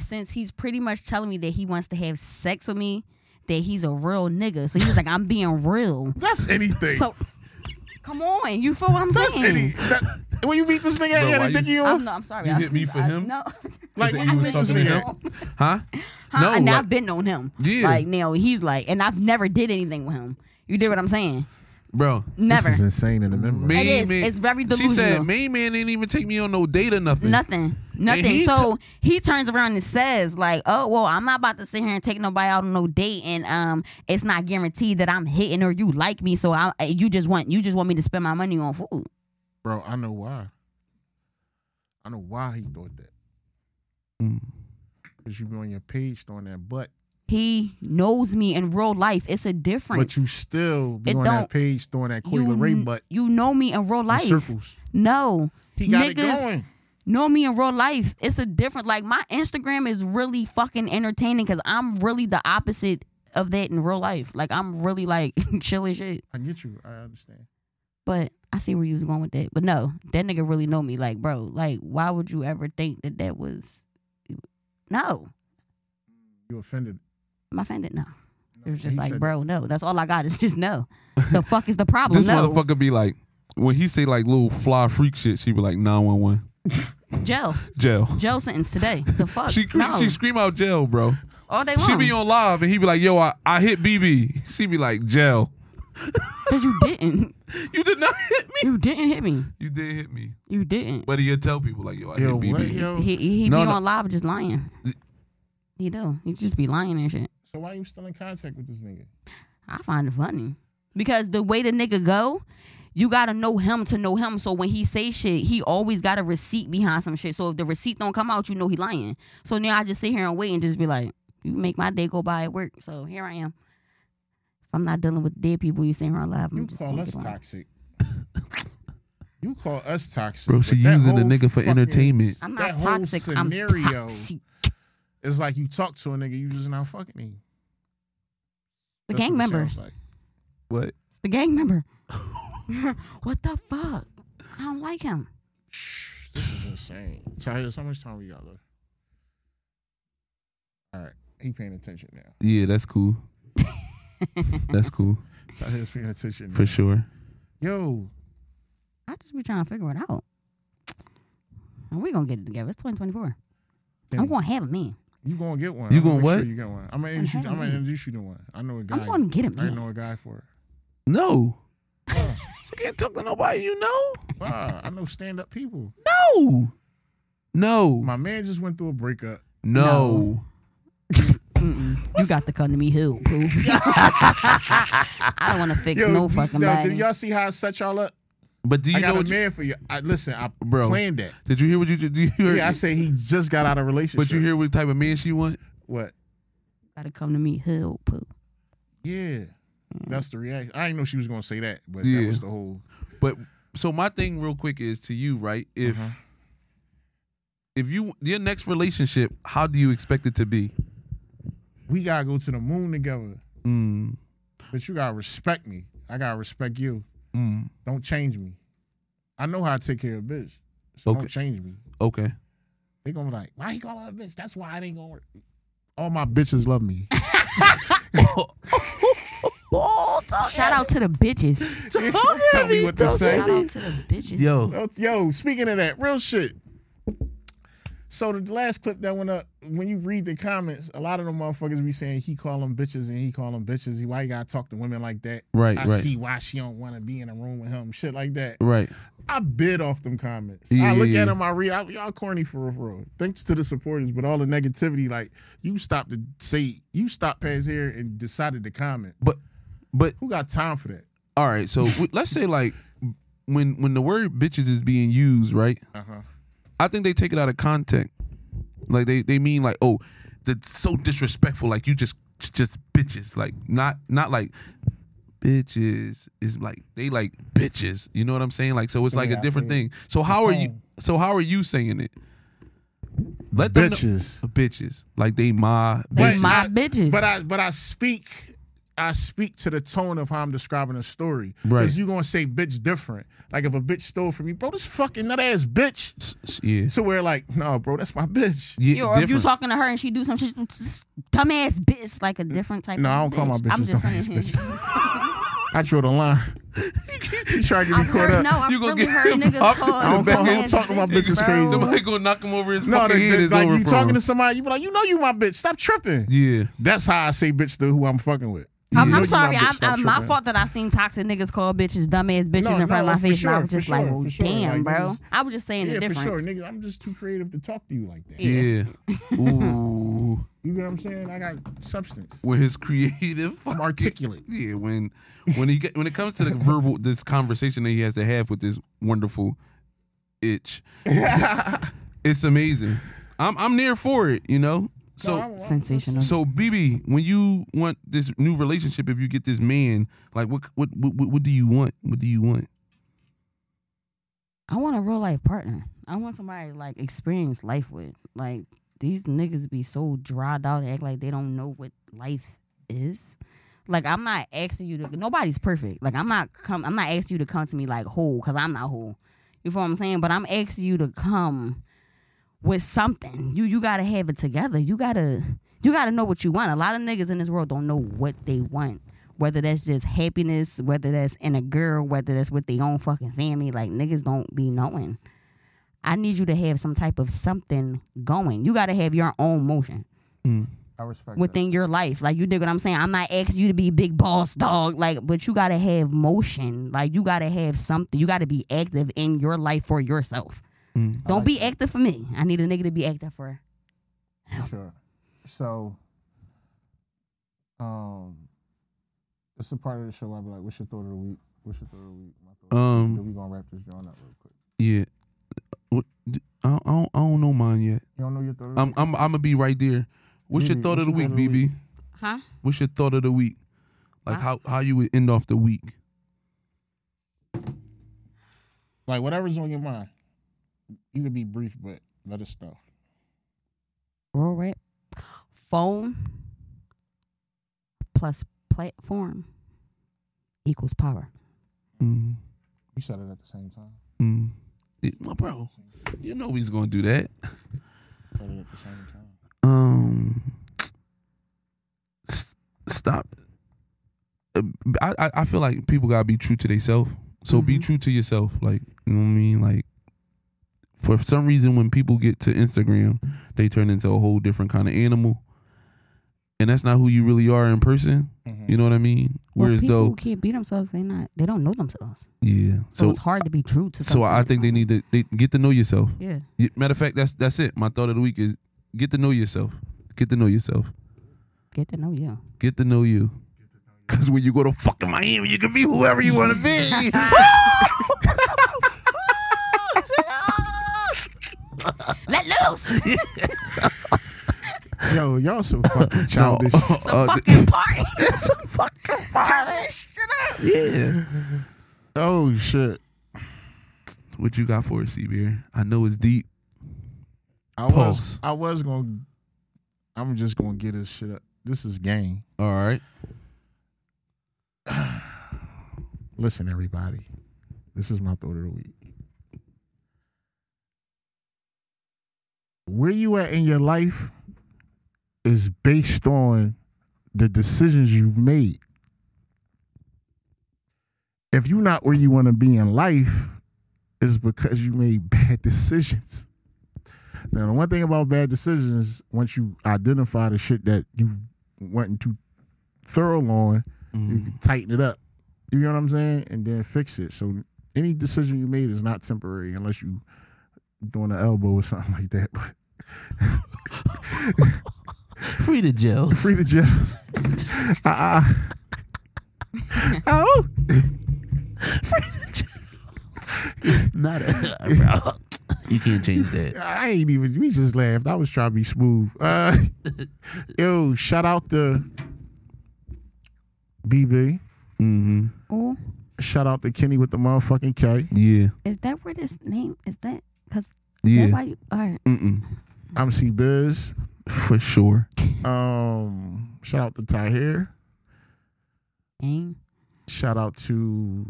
since he's pretty much telling me that he wants to have sex with me, that he's a real nigga. So he's like, I'm being real.
That's anything.
So come on, you feel what I'm
That's any.
saying?
That, when you meet this nigga,
Bro,
I
why
gotta
you-
think you.
I'm, no, I'm sorry.
You
I-
hit me for
I-
him?
No,
Like,
You
when
think
you
you
meet
was
this
talking to
nigga.
him? Huh?
Huh? and
like-
I've been on him.
Yeah.
Like now he's like, and I've never did anything with him. You did what I'm saying?
Bro,
Never.
This is insane in the memory.
Main
is.
Man-
It's very
She
delusional.
said, "Main man didn't even take me on no date or nothing."
Nothing. Nothing.
he
so he turns around and says, like, oh, well, I'm not about to sit here and take nobody out on no date and um it's not guaranteed that I'm hitting or you like me. So I you just want you just want me to spend my money on food.
Bro, I know why. I know why he thought that.
Mm.
Because you be on your page throwing that butt.
He knows me in real life. It's a difference.
But you still be
It
on
don't-
that page throwing that Coy Ray
kn-
butt
you know me in real
in
life.
circles.
No.
He got it
Niggas-
going.
know me in real life. It's a different. Like my Instagram is really fucking entertaining because I'm really the opposite of that in real life. Like I'm really like chill as shit.
I get you. I understand.
But I see where you was going with that. But no, that nigga really know me. Like bro, like why would you ever think that that was? No,
You offended.
I'm offended. No, it
And
was just
he
like
said-
bro, no. That's all I got is just no. The fuck is the problem?
This
no,
motherfucker be like, when he say like little fly freak shit, she be like, nine one one
Joe,
jail.
Joe sentence today. The fuck?
She cre-
no.
she scream out jail, bro.
all day
She be
long
on live and he be like, yo, I, I hit BB. She be like, jail.
because you didn't.
You did not hit me.
You didn't hit me.
You did hit me.
You didn't.
But he'll tell people like, yo, I
Yo,
hit
what,
BB.
yo?
He he
No,
be
no.
on live just lying. He do. He just be lying and shit.
So why you still in contact with this nigga?
I find it funny because the way the nigga go, you gotta know him to know him. So when he say shit, he always got a receipt behind some shit. So if the receipt don't come out, you know he lying. So now I just sit here and wait and just be like, you make my day go by at work. So here I am. If I'm not dealing with dead people, you sitting here on live. I'm
You
just
call
gonna
us
be lying.
toxic. you call us toxic.
Bro,
but
she
that
using the
whole
nigga for
fucking-
entertainment.
I'm not
that whole
toxic. I'm
Scenario
toxic.
It's like you talk to a nigga, you just not fucking him.
The
That's what
gang
it
member.
sounds Like.
What?
The gang member. what the fuck? I don't like him.
Shh, This is insane. Tyus, how much time we got left? All right, he paying attention now.
Yeah, that's cool. That's cool.
Tyus paying attention.
For
now.
sure.
Yo,
I just be trying to figure it out. And we gonna get it together. It's 2024. I'm
Damn.
gonna have a man.
you gonna get one?
You
I'm
gonna
make sure
what?
you get one. I'm gonna introduce.
hell
I'm gonna
no.
introduce you to one. I know a guy.
I'm gonna get a
I
man.
know a guy for it.
No.
Wow.
You can't talk to nobody you know.
Wow, I know stand up people.
No. No.
My man just went through a breakup.
No.
Mm-mm. You got to come to me who? Pooh? I don't want to fix no
y-
fucking
yo,
body.
did y'all see how I set y'all up?
But do you
I
know
got a
what you-
man for you. I, listen, I
Bro.
planned that.
Did you hear what you did? You hear,
Yeah, I say he just got out of a relationship.
but you hear what type of man she want?
what?
got to come to me who? Pooh?
Yeah, that's the reaction. I didn't know she was gonna say that, but
Yeah.
that was the whole.
But so my thing, real quick, is to you, right? If
Uh-huh.
if you your next relationship, how do you expect it to be?
We gotta go to the moon together,
Mm,
but you gotta respect me. I gotta respect you.
mm,
Don't change me. I know how I take care of bitch, so
Okay.
don't change me.
okay.
They gonna be like, why he call her a bitch? That's why it ain't gonna work. All my bitches love me.
Shout out Oh, to the bitches.
Don't tell me what to say.
Shout out to the bitches.
Yo,
Yo, yo, speaking of that, real shit. So the last clip that went up, when you read the comments, a lot of them motherfuckers be saying he call them bitches and he call them bitches. Why you gotta talk to women like that?
Right,
I
right.
see why she don't want to be in a room with him. Shit like that.
right?
I bid off them comments.
Yeah,
I look
yeah,
at
yeah.
them. I read. I, y'all corny for real, for real. Thanks to the supporters, but all the negativity, like you stopped to say, you stopped past here and decided to comment.
But but
Who got time for that?
all right. So w- let's say like when when the word bitches is being used, right?
Uh huh.
I think they take it out of context. Like they they mean like oh, that's so disrespectful. Like you just just bitches. Like not not like bitches is like they like bitches. You know what I'm saying? Like so it's like
Yeah,
a
I
different
see.
thing. So how are you? So how are you saying it? Let them know-
bitches.
bitches like they my
They
bitches.
my
I-
bitches.
But I but I speak I speak to the tone of how I'm describing a story.
Right.
Because you're gonna say bitch different. Like if a bitch stole from you, bro, this fucking nut ass bitch.
yeah.
So we're like, no, bro, that's my bitch.
yeah
Yeah, or if you
different.
talking to her and she do some shit, just dumbass bitch, like a different type.
No,
of
I don't call my
bitch. I'm
bitches
just
dumbass
saying.
bitches. I drew the line. she tried to get
I
me caught
heard,
up.
no, I
You
you
gonna
really
get
heard
him
niggas
up
call.
in the
them
back. I
don't talk to my
dumbass
bitches
bitches,
crazy.
bro.
Somebody gonna knock him over his
No,
fucking
the-
head.
the-
is
like
over
you
for
talking
him.
to somebody, you be like, you know you my bitch. Stop tripping.
yeah.
That's how I say bitch to who I'm fucking with.
I'm,
Yeah.
I'm sorry.
Look at my
I'm,
bitch,
I'm, my
stop
fault that I've seen toxic niggas call bitches dumbass bitches
No,
in front
no,
of my
for
face. and I
sure,
was
for
just like,
sure,
well,
for sure. Like,
damn, bro.
niggas-
I was just saying
Yeah,
the
for sure,
difference.
nigga. I'm just too creative to talk to you like that.
Yeah. Ooh.
You know what I'm saying? I got substance.
When his creative
I'm
fucking-
articulate.
Yeah, when when he get, when it comes to the verbal this conversation that he has to have with this wonderful itch, it's amazing. I'm I'm there for it, you know. So
I'm- I'm-
Sensational.
so BB, when you want this new relationship, if you get this man, like what what what, what what do you want? What do you want?
I want a real life partner. I want somebody like experience life with. Like these niggas be so dried out and act like they don't know what life is. Like I'm not asking you to. Nobody's perfect. Like I'm not come. I'm not asking you to come to me like whole because I'm not whole. You feel what I'm saying? But I'm asking you to come with something. You you gotta have it together. You gotta you gotta know what you want. A lot of niggas in this world don't know what they want. Whether that's just happiness, whether that's in a girl, whether that's with their own fucking family, like niggas don't be knowing. I need you to have some type of something going. You gotta have your own motion
I respect that.
within your life. Like you dig what I'm saying? I'm not asking you to be big boss dog. Like, but you gotta have motion. Like you gotta have something. You gotta be active in your life for yourself.
Hmm.
Don't be active for me. I need a nigga to be active for.
Sure. So, um, it's a part of the show. I'll be like, "What's your thought of the week? What's your thought of the week?" My thought
Um,
Then we gonna wrap this joint up real quick.
Yeah. What, d- I, don't- I don't I don't know mine yet.
You don't know your thought of the
I'm
week.
I'm I'm gonna be right there. What's your
BB,
thought of the
Mm, what's
week,
your thought of the
BB?
week?
Huh?
What's your thought of the week? Like
Wow.
how how you would end off the week?
like whatever's on your mind. You can be brief, but let us know.
Rural rap. Phone plus platform equals power.
Mm.
You said it at the same time.
Mm. It- my bro, you know he's gonna do that.
Said it at the same time.
Um, s- stop. Uh, I, I I feel like people gotta be true to themselves. So be
Mhm.
true to yourself. Like you know what I mean. Like for some reason, when people get to Instagram, they turn into a whole different kind of animal, and that's not who you really are in person.
Mhm.
You know what I mean? Whereas
people
though,
who can't be themselves, they not they don't know themselves.
yeah.
So,
So
it's hard to be true to
so I
something.
think they need to they get to know yourself.
Yeah.
Y- Matter of fact, that's that's it. My thought of the week is get to know yourself. Get to know yourself.
Get to know you.
Get to know you. Cause when you go to fucking Miami, you can be whoever you want to be.
Let loose.
Yo, y'all so fucking childish.
Uh,
fucking party. fucking Turn this shit up.
yeah.
Oh shit!
What you got for us, Beer? I know it's deep.
I
Pulse.
was I was gonna. I'm just gonna get this shit up. This is game.
All right.
Listen, everybody. This is my thought of the week. Where you at in your life is based on the decisions you've made. If you're not where you want to be in life, it's because you made bad decisions. Now, the one thing about bad decisions, once you identify the shit that you weren't too thorough on, you
Mm-hmm.
can tighten it up. Mm-hmm. You know what I'm saying? And then fix it. So any decision you made is not temporary unless you doing an elbow or something like that. But
Free to jail.
free to jail. uh-uh. oh.
Not a, You can't change that.
I ain't even. We just laughed. I was trying to be smooth. Uh, yo, shout out to BB.
Mm-hmm.
Oh,
Shout out to Kenny with the motherfucking K.
Yeah.
is that where this name is that? Cause
Yeah.
that why you all right.
Mm-mm.
I'm C Biz.
for sure.
Um, shout out to Tahir.
Dang.
Shout out to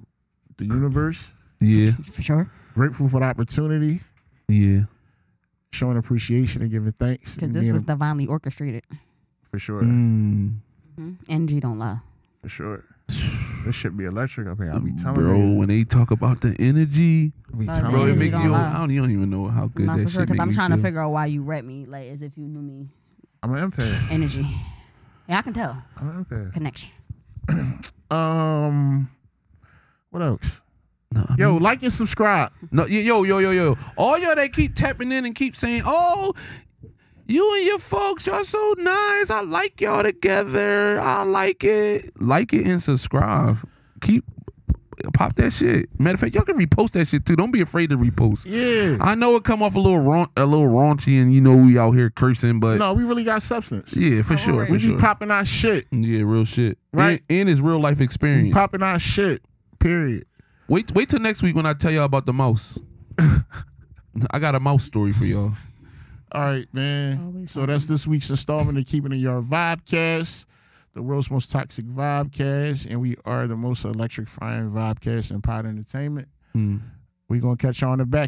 the universe.
Yeah,
for sure.
Grateful for the opportunity,
yeah.
showing appreciation and giving thanks.
Because
and
this
being
was
a-
divinely orchestrated.
for sure,
Mm.
Mm-hmm.
NG don't lie.
for sure. This should be electric up here. I'll be telling
bro,
you.
when they talk about the energy,
I'll be
Uh,
telling
the
bro, it
energy
make
don't
you.
lie.
I don't, you don't even know how good
Not
that
for
shit
sure.
make
Because I'm
me
trying
feel.
to figure out why you rep me, like as if you knew me.
I'm an empath.
Energy. Yeah, I can tell.
I'm an empath.
Connection.
Um, what else?
No, I
Yo,
mean-
like and subscribe.
no, y- yo, yo, yo, yo. All y'all that keep tapping in and keep saying, "Oh, you and your folks, y'all so nice. I like y'all together. I like it. Like it and subscribe. Keep pop that shit. Matter of fact, y'all can repost that shit too. Don't be afraid to repost.
Yeah.
I know it come off a little raun- a little raunchy, and you know we out here cursing, but
no, we really got substance.
yeah, for sure,
we
for sure.
be popping our shit.
yeah, real shit.
Right.
and, and it's real life
We
experience.
popping our shit. Period.
wait, wait till next week when I tell y'all about the mouse. I got a mouse story for y'all.
All right, man.
Always
so that's this week's installment of Keeping It Your Vibecast, the world's most toxic vibecast, and we are the most electric frying vibecast in pod entertainment.
Hmm.
We're gonna catch you on the back